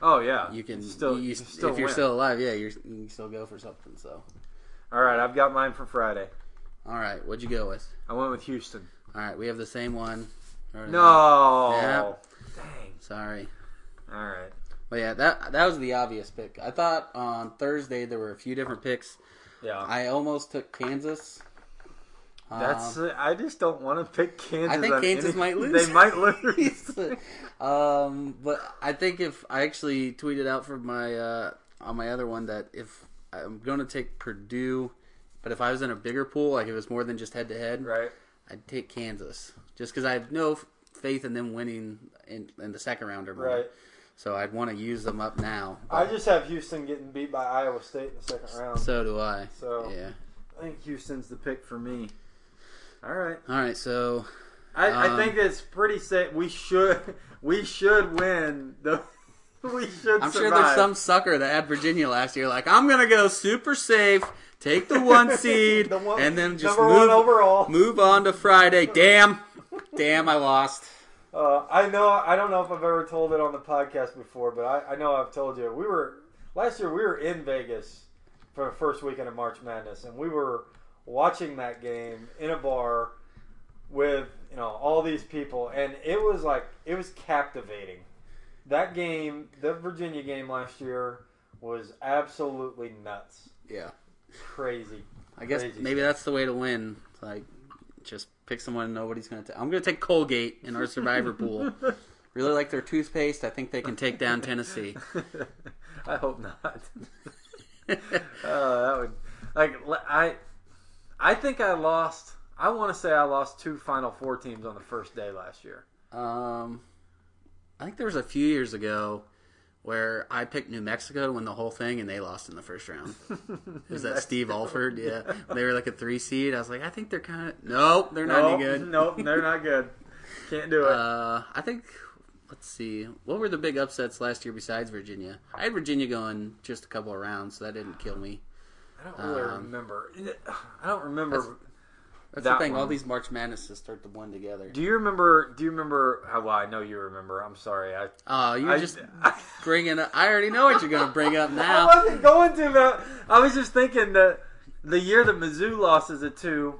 Speaker 1: Oh yeah,
Speaker 2: you can
Speaker 1: still
Speaker 2: you,
Speaker 1: you can still
Speaker 2: if you're
Speaker 1: win.
Speaker 2: still alive, yeah, you're, you can still go for something. So,
Speaker 1: All right, I've got mine for Friday.
Speaker 2: all right, what'd you go with?
Speaker 1: I went with Houston.
Speaker 2: All right, we have the same one. Or-
Speaker 1: No.
Speaker 2: Yep.
Speaker 1: Dang.
Speaker 2: sorry.
Speaker 1: All right.
Speaker 2: But yeah, that that was the obvious pick. I thought on Thursday there were a few different picks.
Speaker 1: Yeah.
Speaker 2: I almost took Kansas. Um,
Speaker 1: That's. uh, I just don't want to pick Kansas.
Speaker 2: think
Speaker 1: on
Speaker 2: Kansas
Speaker 1: any-
Speaker 2: might lose.
Speaker 1: They might lose.
Speaker 2: um, but I think if I actually tweeted out for my uh, on my other one that if I'm going to take Purdue, but if I was in a bigger pool, like if it was more than just head to head,
Speaker 1: right.
Speaker 2: I'd take Kansas just because I have no f- faith in them winning in, in the second round or more.
Speaker 1: Right.
Speaker 2: So I'd want to use them up now.
Speaker 1: I just have Houston getting beat by Iowa State in the second round.
Speaker 2: so do I.
Speaker 1: um, So-
Speaker 2: yeah.
Speaker 1: I think Houston's the pick for me. All right.
Speaker 2: All right. So
Speaker 1: I, I
Speaker 2: Um,
Speaker 1: think it's pretty safe. We should. We should win. The. We should.
Speaker 2: I'm sure
Speaker 1: survive.
Speaker 2: there's some sucker that had Virginia last year, like I'm gonna go super safe, take the one seed,
Speaker 1: The one-
Speaker 2: and then just
Speaker 1: number
Speaker 2: move,
Speaker 1: one overall.
Speaker 2: move on to Friday. Damn, damn, I lost.
Speaker 1: Uh, I know. I don't know if I've ever told it on the podcast before, but I, I know I've told you. We were last year. We were in Vegas for the first weekend of March Madness, and we were watching that game in a bar with you know all these people, and it was like it was captivating. That game, the Virginia game last year, was absolutely nuts,
Speaker 2: Yeah,
Speaker 1: crazy.
Speaker 2: I guess
Speaker 1: Crazy.
Speaker 2: maybe that's the way to win. Like, just pick someone nobody's gonna. i am I'm gonna take Colgate in our survivor pool. Really like their toothpaste. I think they can take down Tennessee.
Speaker 1: I hope not. Uh, that would like le- I. I think I lost. I want to say I lost two Final Four teams on the first day last year.
Speaker 2: Um, I think there was a few years ago where I picked New Mexico to win the whole thing, and they lost in the first round. Is that Steve Alford? Yeah, they were like a three seed. I was like, I think they're kind of no, they're not any good.
Speaker 1: Nope, they're not good. Can't do it.
Speaker 2: Uh, I think let's see, what were the big upsets last year besides Virginia? I had Virginia going just a couple of rounds, so that didn't kill me.
Speaker 1: I don't really
Speaker 2: um,
Speaker 1: remember. I don't remember.
Speaker 2: That's
Speaker 1: That
Speaker 2: the thing. All
Speaker 1: one.
Speaker 2: these March Madnesses start to blend together.
Speaker 1: Do you remember? Do you remember? oh, Well, I know you remember. I'm sorry. I
Speaker 2: Oh, you're
Speaker 1: I-
Speaker 2: just bringing. Up, I already know what you're going to bring up
Speaker 1: I
Speaker 2: now.
Speaker 1: wasn't going to. But I was just thinking that the year that Mizzou lost as a two,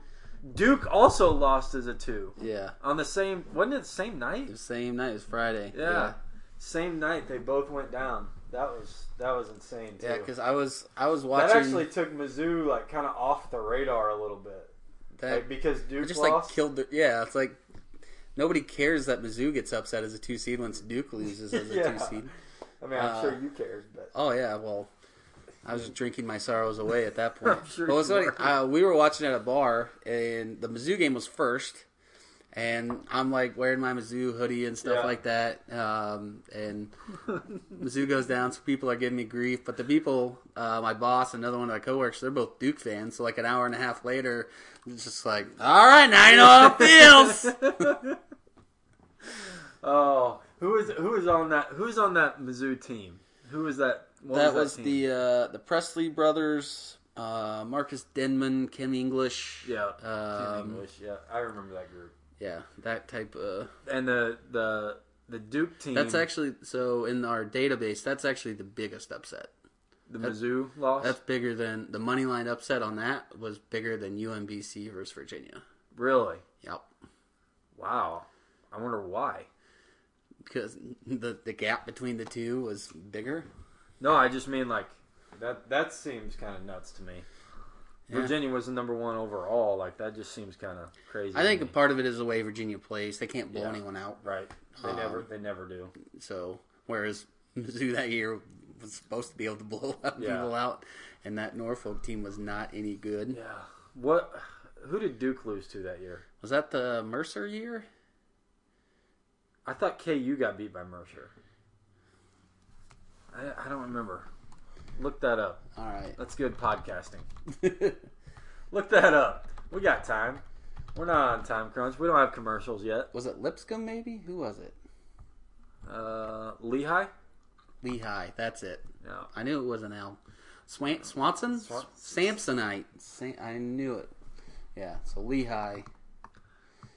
Speaker 1: Duke also lost as a two
Speaker 2: Yeah,
Speaker 1: on the same. Wasn't it the same night?
Speaker 2: the same night as Friday.
Speaker 1: Yeah. Same night they both went down. That was that was insane too.
Speaker 2: Yeah, because I was I was
Speaker 1: that
Speaker 2: watching
Speaker 1: actually took Mizzou like kind of off the radar a little bit,
Speaker 2: that
Speaker 1: like because Duke
Speaker 2: it just
Speaker 1: lost.
Speaker 2: like killed. The, yeah, it's like nobody cares that Mizzou gets upset as a two seed once Duke loses as a
Speaker 1: Yeah.
Speaker 2: two seed.
Speaker 1: I mean, I'm
Speaker 2: uh,
Speaker 1: sure you cares, but
Speaker 2: Oh yeah, well, I was drinking my sorrows away at that point.
Speaker 1: I'm sure
Speaker 2: but what's
Speaker 1: you
Speaker 2: funny,
Speaker 1: were.
Speaker 2: uh, we were watching at a bar, and the Mizzou game was first, and I'm like wearing my Mizzou hoodie and stuff
Speaker 1: Yeah.
Speaker 2: like that, um, and Mizzou goes down, so people are giving me grief. But the people, uh, my boss, another one of my coworkers, they're both Duke fans. So like an hour and a half later, it's just like, all right, now you know how it feels.
Speaker 1: oh, who is who is on that? Who's on that Mizzou team? Who was that? What
Speaker 2: that was
Speaker 1: team?
Speaker 2: the uh, the Presley brothers, uh, Marcus Denman, Kim English.
Speaker 1: yeah
Speaker 2: Um,
Speaker 1: Team English. Yeah, I remember that group.
Speaker 2: Yeah, that type of.
Speaker 1: And the the the Duke team.
Speaker 2: That's actually so in our database. That's actually the biggest upset.
Speaker 1: the Mizzou lost.
Speaker 2: That's bigger than the money line upset on that was bigger than UMBC versus Virginia.
Speaker 1: really
Speaker 2: Yep,
Speaker 1: wow. I wonder why.
Speaker 2: because the the gap between the two was bigger.
Speaker 1: No, I just mean like that. That seems kind of nuts to me.
Speaker 2: Yeah.
Speaker 1: Virginia was the number one overall. Like that just seems kind of crazy.
Speaker 2: I
Speaker 1: to
Speaker 2: think a
Speaker 1: me.
Speaker 2: part of it is the way Virginia plays. They can't blow
Speaker 1: Yeah.
Speaker 2: anyone out.
Speaker 1: right. They
Speaker 2: Um,
Speaker 1: never. They never do.
Speaker 2: So whereas Mizzou that year was supposed to be able to blow a lot of
Speaker 1: Yeah.
Speaker 2: people out, and that Norfolk team was not any good.
Speaker 1: Yeah. What? who did Duke lose to that year?
Speaker 2: Was that the Mercer year?
Speaker 1: I thought KU got beat by Mercer. I, I don't remember. Look that up.
Speaker 2: All right.
Speaker 1: That's good podcasting. Look that up. We got time. We're not on time crunch. We don't have commercials yet.
Speaker 2: was it Lipscomb? Maybe who was it?
Speaker 1: Uh, Lehigh?
Speaker 2: Lehigh. That's it.
Speaker 1: No.
Speaker 2: I knew it was an L. Swan- Swanson?
Speaker 1: Swan-
Speaker 2: Samsonite. Sam- I knew it. Yeah, so Lehigh.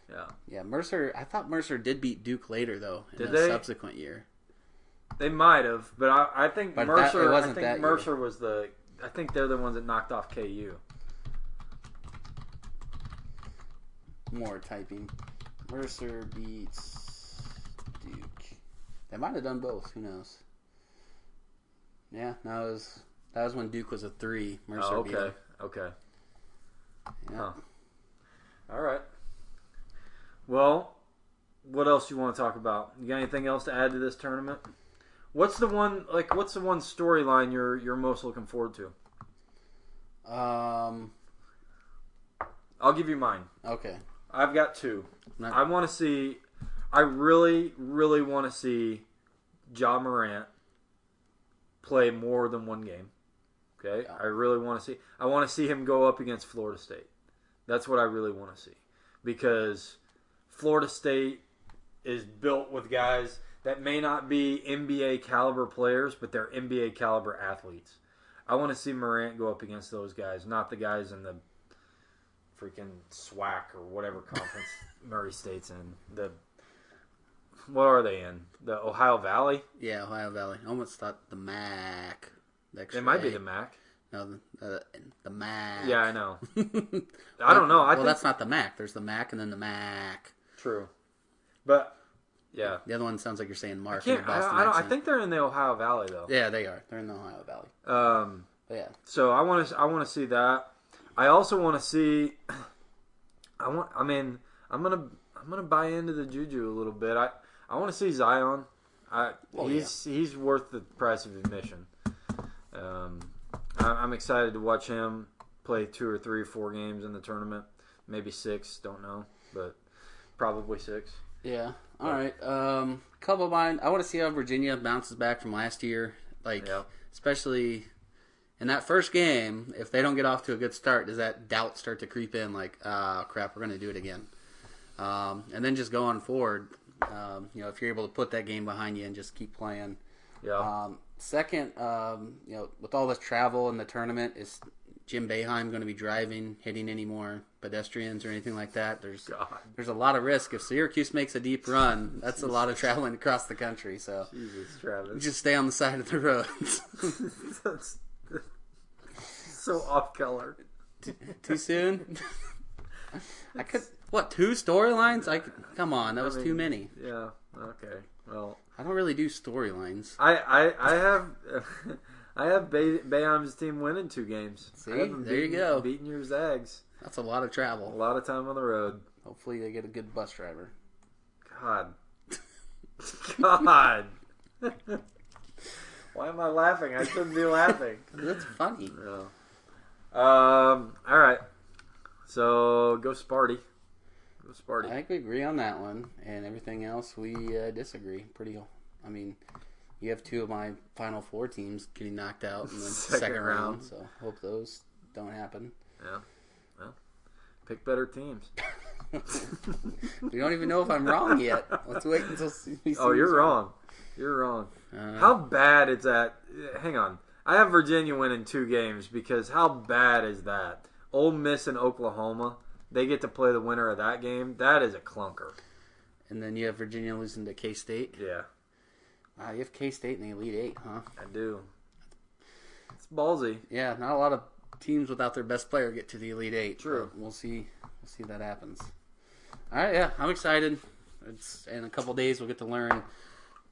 Speaker 1: Yeah.
Speaker 2: Yeah, Mercer. I thought Mercer did beat Duke later, though, in
Speaker 1: Did
Speaker 2: the
Speaker 1: they?
Speaker 2: subsequent year.
Speaker 1: They might have, but I, I think
Speaker 2: But that-
Speaker 1: Mercer.
Speaker 2: it wasn't
Speaker 1: I think
Speaker 2: that year.
Speaker 1: Mercer was the. I think they're the ones that knocked off KU.
Speaker 2: More typing. Mercer beats Duke. They might have done both. Who knows? Yeah, that was that was when Duke was a three. Mercer
Speaker 1: Oh,
Speaker 2: beat
Speaker 1: okay.
Speaker 2: them.
Speaker 1: Okay.
Speaker 2: Yeah.
Speaker 1: Huh. All right. Well, what else you want to talk about? You got anything else to add to this tournament? What's the one like? What's the one storyline you're you're most looking forward to?
Speaker 2: Um.
Speaker 1: I'll give you mine.
Speaker 2: Okay.
Speaker 1: I've got two.
Speaker 2: Not-
Speaker 1: I want to see. I really, really want to see John Morant play more than one game. Okay, I really want to see. I want to see him go up against Florida State. That's what I really want to see because Florida State is built with guys that may not be NBA caliber players, but they're NBA caliber athletes. I want to see Morant go up against those guys, not the guys in the freaking SWAC or whatever conference Murray State's in. The what are they in? The Ohio Valley?
Speaker 2: Yeah, Ohio Valley. I almost thought the Mac. The extra
Speaker 1: It might be
Speaker 2: A.
Speaker 1: the MAC.
Speaker 2: No, the, the, the Mac.
Speaker 1: Yeah, I know.
Speaker 2: know.
Speaker 1: I don't know. I
Speaker 2: well,
Speaker 1: think
Speaker 2: that's not the Mac. There's the Mac and then the Mac.
Speaker 1: true, but yeah,
Speaker 2: The other one sounds like you're saying Mark. in a
Speaker 1: can't. I,
Speaker 2: Boston
Speaker 1: I, don't, I
Speaker 2: accent.
Speaker 1: think they're in the Ohio Valley though.
Speaker 2: Yeah, they are. They're in the Ohio Valley.
Speaker 1: Um,
Speaker 2: But yeah.
Speaker 1: so I want to. I want to see that. I also want to see. I want. I mean, I'm gonna. I'm gonna buy into the juju a little bit. I. I want to see Zion. I.
Speaker 2: Oh,
Speaker 1: he's he's worth the price of admission. Um, I, I'm excited to watch him play two or three or four games in the tournament. Maybe six. Don't know, but probably six.
Speaker 2: Yeah. All right. Um, couple of mine. I want to see how Virginia bounces back from last year. Like,
Speaker 1: Yeah.
Speaker 2: especially in that first game, if they don't get off to a good start, does that doubt start to creep in? Like, ah, crap, we're going to do it again. Um, and then just going forward, um, you know, if you're able to put that game behind you and just keep playing.
Speaker 1: Yeah.
Speaker 2: Um, second, um, you know, with all this travel and the tournament, is Jim Beheim going to be driving, hitting any more pedestrians or anything like that? There's
Speaker 1: God.
Speaker 2: there's a lot of risk. If Syracuse makes a deep run, that's a lot of traveling across the country. So
Speaker 1: Jesus, Travis.
Speaker 2: just stay on the side of the roads.
Speaker 1: That's so off color.
Speaker 2: too soon. I could what two storylines? I could, come on, that was too
Speaker 1: mean-
Speaker 2: many.
Speaker 1: Yeah. Okay. Well.
Speaker 2: I don't really do storylines.
Speaker 1: I, I, I have I have Bay, Bayham's team winning two games. I
Speaker 2: See?
Speaker 1: have them
Speaker 2: There you
Speaker 1: beating-
Speaker 2: go.
Speaker 1: Beating your Zags.
Speaker 2: That's a lot of
Speaker 1: A
Speaker 2: travel.
Speaker 1: lot of time on the road.
Speaker 2: Hopefully, they get a good bus driver.
Speaker 1: God. God. Why am I laughing? I shouldn't be laughing.
Speaker 2: That's funny.
Speaker 1: No. Um. All right. So go Sparty. Go Sparty.
Speaker 2: I think we agree on that one, and everything else we uh, disagree. Pretty, I mean, you have two of my final four teams getting knocked out in the
Speaker 1: Second
Speaker 2: second, round.
Speaker 1: round.
Speaker 2: so hope those don't happen.
Speaker 1: Yeah. Well, pick better teams.
Speaker 2: We don't even know if I'm wrong yet. Let's wait until see- we see.
Speaker 1: Oh, you're
Speaker 2: who's
Speaker 1: wrong. You're wrong.
Speaker 2: Uh,
Speaker 1: How bad is that? Hang on. I have Virginia winning two games because how bad is that? Ole Miss and Oklahoma, they get to play the winner of that game. That is a clunker.
Speaker 2: And then you have Virginia losing to K State.
Speaker 1: Yeah,
Speaker 2: Wow, you have K State in the Elite Eight, huh?
Speaker 1: I do. It's ballsy.
Speaker 2: Yeah, not a lot of teams without their best player get to the Elite Eight.
Speaker 1: True.
Speaker 2: but We'll see. We'll see if that happens. All right. Yeah, I'm excited. It's in a couple days we'll get to learn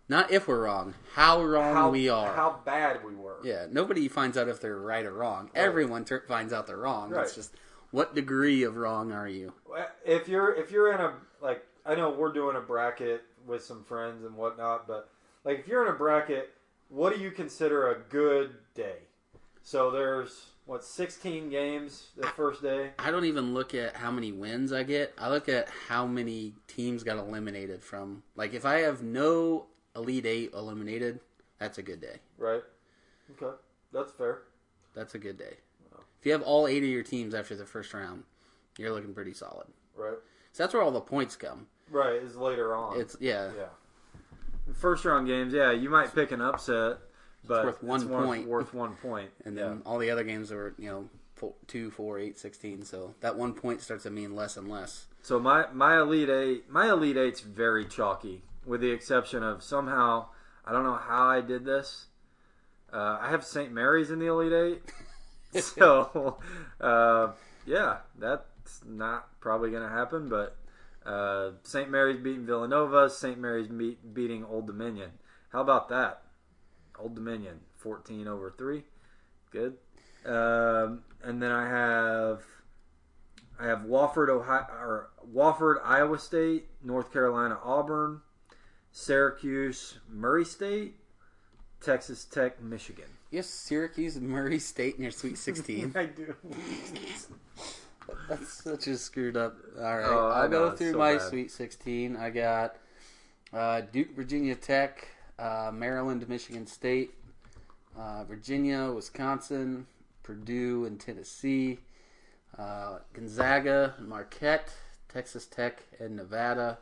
Speaker 2: not if we're wrong, how wrong we are.
Speaker 1: How bad we were.
Speaker 2: yeah. Nobody finds out if they're right or wrong. Everyone tur finds out they're wrong.
Speaker 1: Right.
Speaker 2: It's just what degree of wrong are you?
Speaker 1: If you're if you're in a like, I know we're doing a bracket with some friends and whatnot, but like if you're in a bracket, what do you consider a good day? So there's what 16 games the first day.
Speaker 2: I don't even look at how many wins I get. I look at how many teams got eliminated from. Like if I have no Elite Eight eliminated, that's a good day.
Speaker 1: Right. Okay, that's fair.
Speaker 2: That's a good day. If you have all eight of your teams after the first round, you're looking pretty solid.
Speaker 1: Right.
Speaker 2: So that's where all the points come.
Speaker 1: Right is later on.
Speaker 2: It's uh, yeah,
Speaker 1: yeah. First round games, yeah, you might pick an upset, but
Speaker 2: worth one
Speaker 1: worth-
Speaker 2: point.
Speaker 1: Worth one point.
Speaker 2: and then all the other games are you know four, two, four, eight, sixteen. So that one point starts to mean less and less.
Speaker 1: So my my elite eight, my elite eight's very chalky, with the exception of somehow I don't know how I did this. Uh, I have St. Mary's in the elite eight, so uh, yeah, that's not probably going to happen. But uh, St. Mary's beating Villanova, St. Mary's meet, beating Old Dominion. How about that? Old Dominion, fourteen over three, good. Um, and then I have I have Wofford, Ohio, or Wofford, Iowa State, North Carolina, Auburn, Syracuse, Murray State, Texas Tech, Michigan.
Speaker 2: Yes, Syracuse, and Murray State in your Sweet Sixteen.
Speaker 1: I do.
Speaker 2: That's such a screwed up. All right,
Speaker 1: Oh, I
Speaker 2: I'll
Speaker 1: know,
Speaker 2: go
Speaker 1: it's
Speaker 2: through
Speaker 1: so
Speaker 2: my
Speaker 1: bad.
Speaker 2: Sweet Sixteen. I got uh, Duke, Virginia Tech, uh, Maryland, Michigan State, uh, Virginia, Wisconsin, Purdue, and Tennessee, uh, Gonzaga, and Marquette, Texas Tech, and Nevada,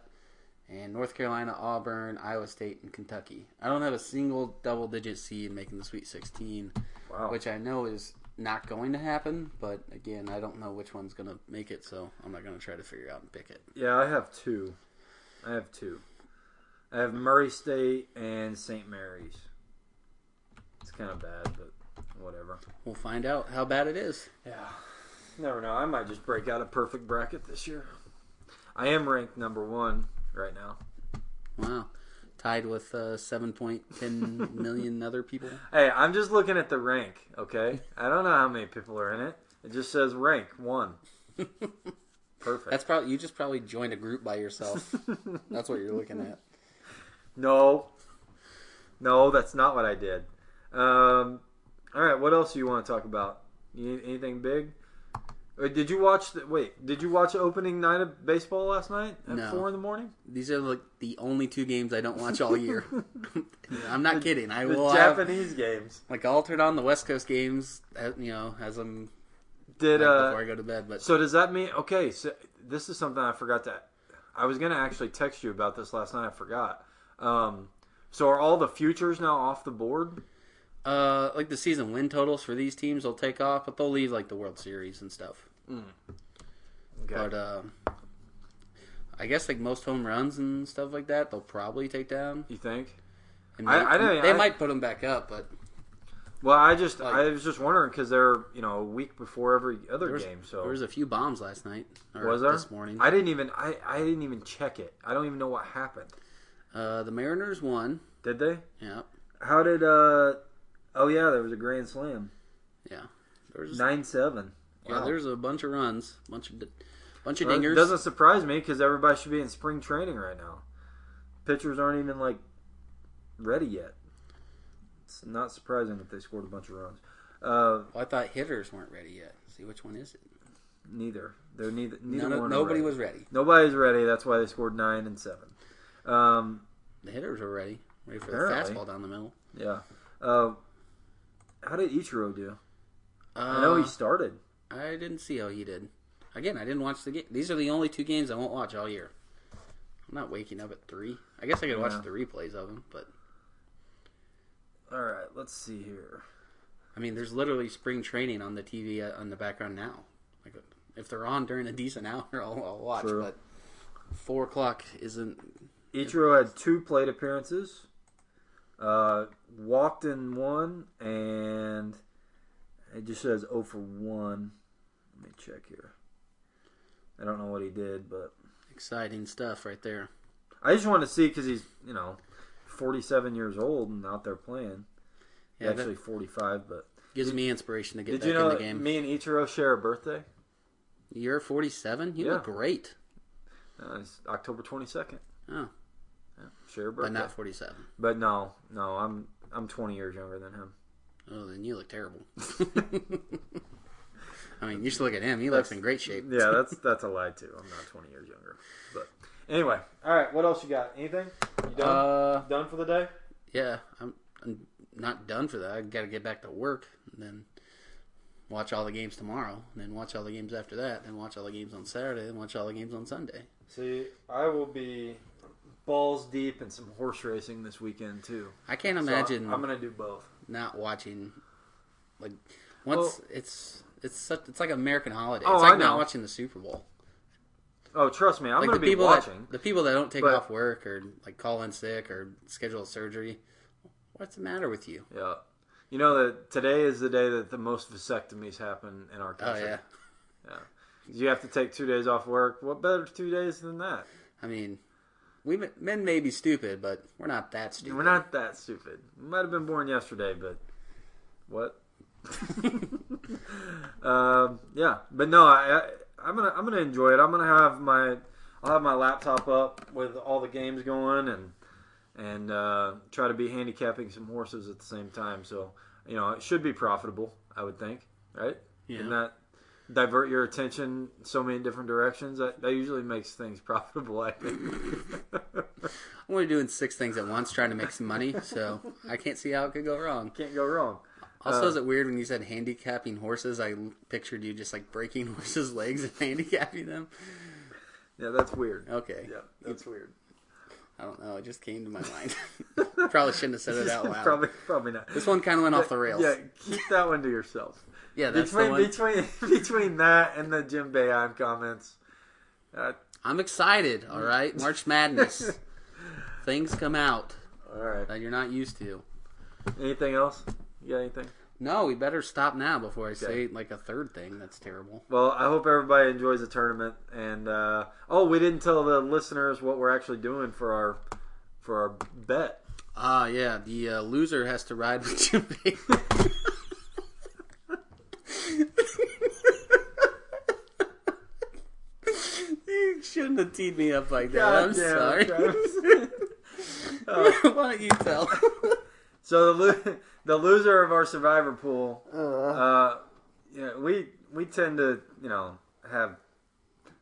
Speaker 2: and North Carolina, Auburn, Iowa State, and Kentucky. I don't have a single double-digit seed making the Sweet Sixteen
Speaker 1: Wow.
Speaker 2: which I know is not going to happen. But again, I don't know which one's going to make it, so I'm not going to try to figure out and pick it.
Speaker 1: yeah, I have two. I have two. I have Murray State and St. Mary's. It's kind of bad, but whatever.
Speaker 2: We'll find out how bad it is.
Speaker 1: Yeah. Never know. I might just break out a perfect bracket this year. I am ranked number one right now.
Speaker 2: Wow, tied with uh, seven point ten million other people.
Speaker 1: Hey, I'm just looking at the rank, okay? I don't know how many people are in it. It just says rank one. Perfect.
Speaker 2: That's probably you just probably joined a group by yourself. That's what you're looking at.
Speaker 1: no. No, that's not what I did. Um, all right, what else do you want to talk about? You, anything big? Uh, Did you watch the wait? Did you watch the opening night of baseball last night at
Speaker 2: No.
Speaker 1: four in the morning?
Speaker 2: These are like the only two games I don't watch all year. I'm not kidding. I
Speaker 1: The
Speaker 2: will have,
Speaker 1: Japanese games.
Speaker 2: like I'll turn on the West Coast games, uh, you know, as I'm
Speaker 1: Did
Speaker 2: like,
Speaker 1: uh,
Speaker 2: before I go to bed. But
Speaker 1: So does that mean okay? So this is something I forgot to. I was gonna actually text you about this last night. I forgot. Um, so are all the futures now off the board?
Speaker 2: Uh, like the season win totals for these teams will take off, but they'll leave like the World Series and stuff.
Speaker 1: Okay.
Speaker 2: But uh, I guess like most home runs and stuff like that, they'll probably take down.
Speaker 1: you think?
Speaker 2: And
Speaker 1: I-
Speaker 2: may-
Speaker 1: I don't-
Speaker 2: they
Speaker 1: I-
Speaker 2: might put them back up, but
Speaker 1: Well, I just
Speaker 2: Like-
Speaker 1: I was just wondering because they're you know a week before every other
Speaker 2: there was,
Speaker 1: game. So
Speaker 2: there was a few bombs last night or
Speaker 1: was there
Speaker 2: this morning.
Speaker 1: I didn't even I, I didn't even check it. I don't even know what happened.
Speaker 2: uh, the Mariners won.
Speaker 1: Did they?
Speaker 2: Yeah,
Speaker 1: How did? uh Oh yeah, there was a grand slam.
Speaker 2: yeah. There was,
Speaker 1: Nine seven.
Speaker 2: yeah, there's a bunch of runs, bunch of di- bunch of
Speaker 1: Well,
Speaker 2: dingers.
Speaker 1: It doesn't surprise me because everybody should be in spring training right now. Pitchers aren't even like ready yet. It's not surprising that they scored a bunch of runs. Uh,
Speaker 2: Well, I thought hitters weren't ready yet. See which one is it?
Speaker 1: neither. They're neither. neither
Speaker 2: None, of-
Speaker 1: one are
Speaker 2: nobody
Speaker 1: ready.
Speaker 2: was ready.
Speaker 1: Nobody's ready. That's why they scored nine and seven. Um,
Speaker 2: The hitters were ready, ready for
Speaker 1: Apparently.
Speaker 2: the fastball down the middle.
Speaker 1: yeah. Uh, how did Ichiro do?
Speaker 2: Uh,
Speaker 1: I know he started.
Speaker 2: I didn't see how he did. Again, I didn't watch the game. These are the only two games I won't watch all year. I'm not waking up at three. I guess I could watch
Speaker 1: Yeah.
Speaker 2: the replays of them, but
Speaker 1: All right. Let's see here.
Speaker 2: I mean, there's literally spring training on the TV uh, on the background now. Like, if they're on during a decent hour, I'll, I'll watch.
Speaker 1: True.
Speaker 2: But four o'clock isn't.
Speaker 1: Ichiro had two plate appearances, uh, walked in one, and it just says 0 for 1. Let me check here. I don't know what he did, but
Speaker 2: Exciting stuff right there.
Speaker 1: I just wanted to see because he's, you know, 47 years old and out there playing.
Speaker 2: Yeah,
Speaker 1: Actually, 45, but.
Speaker 2: that gives me inspiration to get
Speaker 1: Did
Speaker 2: back
Speaker 1: you know
Speaker 2: in the
Speaker 1: that
Speaker 2: game.
Speaker 1: me and Ichiro share a birthday?
Speaker 2: You're 47. You look
Speaker 1: Yeah.
Speaker 2: great.
Speaker 1: Uh, it's October 22nd.
Speaker 2: Oh,
Speaker 1: Share a
Speaker 2: but
Speaker 1: birthday.
Speaker 2: not 47.
Speaker 1: but no, no, I'm I'm 20 years younger than him.
Speaker 2: Oh, then you look terrible. I mean, you should look at him. He looks in great shape.
Speaker 1: Yeah, that's that's a lie too. I'm not 20 years younger. But anyway, all right. What else you got? Anything? You done?
Speaker 2: Uh,
Speaker 1: done for the day?
Speaker 2: yeah, I'm, I'm not done for that. I got to get back to work and then watch all the games tomorrow, and then watch all the games after that, then watch all the games on Saturday, then watch all the games on Sunday.
Speaker 1: See, I will be balls deep in some horse racing this weekend too.
Speaker 2: I can't
Speaker 1: So
Speaker 2: imagine
Speaker 1: I'm gonna do both.
Speaker 2: not watching. Like once it's it's such, it's like an American holiday.
Speaker 1: Oh,
Speaker 2: it's like
Speaker 1: I know.
Speaker 2: not watching the Super Bowl.
Speaker 1: Oh, trust me, I'm
Speaker 2: Like
Speaker 1: gonna
Speaker 2: the
Speaker 1: be
Speaker 2: people
Speaker 1: watching.
Speaker 2: that the people that don't take
Speaker 1: but-
Speaker 2: off work or like call in sick or schedule surgery. What's the matter with you?
Speaker 1: Yeah. You know that today is the day that the most vasectomies happen in our
Speaker 2: Oh
Speaker 1: country.
Speaker 2: yeah,
Speaker 1: You have to take two days off work. What better two days than that?
Speaker 2: I mean, we men- men may be stupid, but we're not that stupid.
Speaker 1: We're not that stupid. We might have been born yesterday, but what? um, yeah, but no, I, I I'm gonna I'm gonna enjoy it. I'm gonna have my I'll have my laptop up with all the games going and and uh, try to be handicapping some horses at the same time. So you know it should be profitable. I would think, right?
Speaker 2: Yeah.
Speaker 1: And that divert your attention so many different directions. That, that usually makes things profitable. I think.
Speaker 2: I'm only doing six things at once, trying to make some money, so I can't see how it could go wrong.
Speaker 1: Can't go wrong.
Speaker 2: Also,
Speaker 1: Uh.
Speaker 2: is it weird when you said handicapping horses? I l- pictured you just like breaking horses' legs and handicapping them.
Speaker 1: Yeah, that's weird.
Speaker 2: Okay,
Speaker 1: Yeah, that's weird.
Speaker 2: I don't know. It just came to my mind. Probably shouldn't have said it out loud.
Speaker 1: probably, probably not.
Speaker 2: This one kind of went off the rails.
Speaker 1: Yeah,
Speaker 2: Yeah,
Speaker 1: keep that one to yourself.
Speaker 2: that's
Speaker 1: between
Speaker 2: the one.
Speaker 1: between between that and the Jim Bayheim comments, uh,
Speaker 2: I'm excited. All right, March Madness. Things come out
Speaker 1: all right.
Speaker 2: that you're not used to.
Speaker 1: Anything else? You got anything?
Speaker 2: No, we better stop now before I say like a third thing that's terrible.
Speaker 1: Well, I hope everybody enjoys the tournament. And uh, oh, we didn't tell the listeners what we're actually doing for our for our bet.
Speaker 2: Ah, yeah, the uh, loser has to ride with Jim Bay. you shouldn't have teed me up like that. I'm
Speaker 1: Goddamn,
Speaker 2: sorry. Oh.
Speaker 1: Travis.
Speaker 2: Why don't you tell?
Speaker 1: so the lo- the loser of our survivor pool Uh, yeah, we we tend to you know have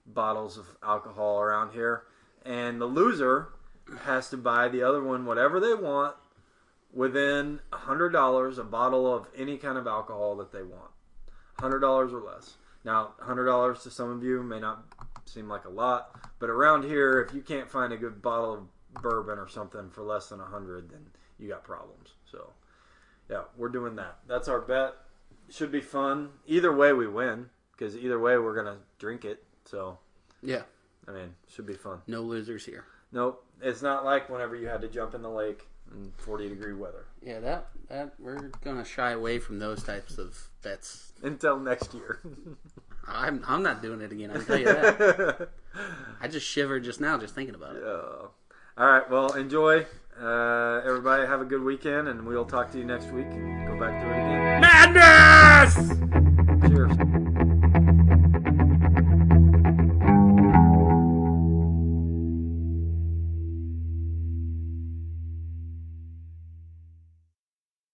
Speaker 1: bottles of alcohol around here, and the loser has to buy the other one whatever they want within a hundred dollars a bottle of any kind of alcohol that they want, hundred dollars or less. Now, hundred dollars to some of you may not seem like a lot, but around here, if you can't find a good bottle of bourbon or something for less than a hundred, then you got problems. So, yeah, we're doing that. That's our bet should be fun. Either way, we win because either way, we're gonna drink it. So
Speaker 2: yeah,
Speaker 1: I mean, should be fun.
Speaker 2: no losers here.
Speaker 1: Nope, it's not like whenever you had to jump in the lake in forty degree weather.
Speaker 2: Yeah, that that we're gonna shy away from those types of bets.
Speaker 1: Until next year.
Speaker 2: I'm I'm not doing it again. I can tell you that. I just shivered just now just thinking about it.
Speaker 1: Oh. all right. Well, enjoy. Uh, everybody have a good weekend, and we'll talk to you next week. and Go back to it again.
Speaker 2: Madness.
Speaker 1: Cheers.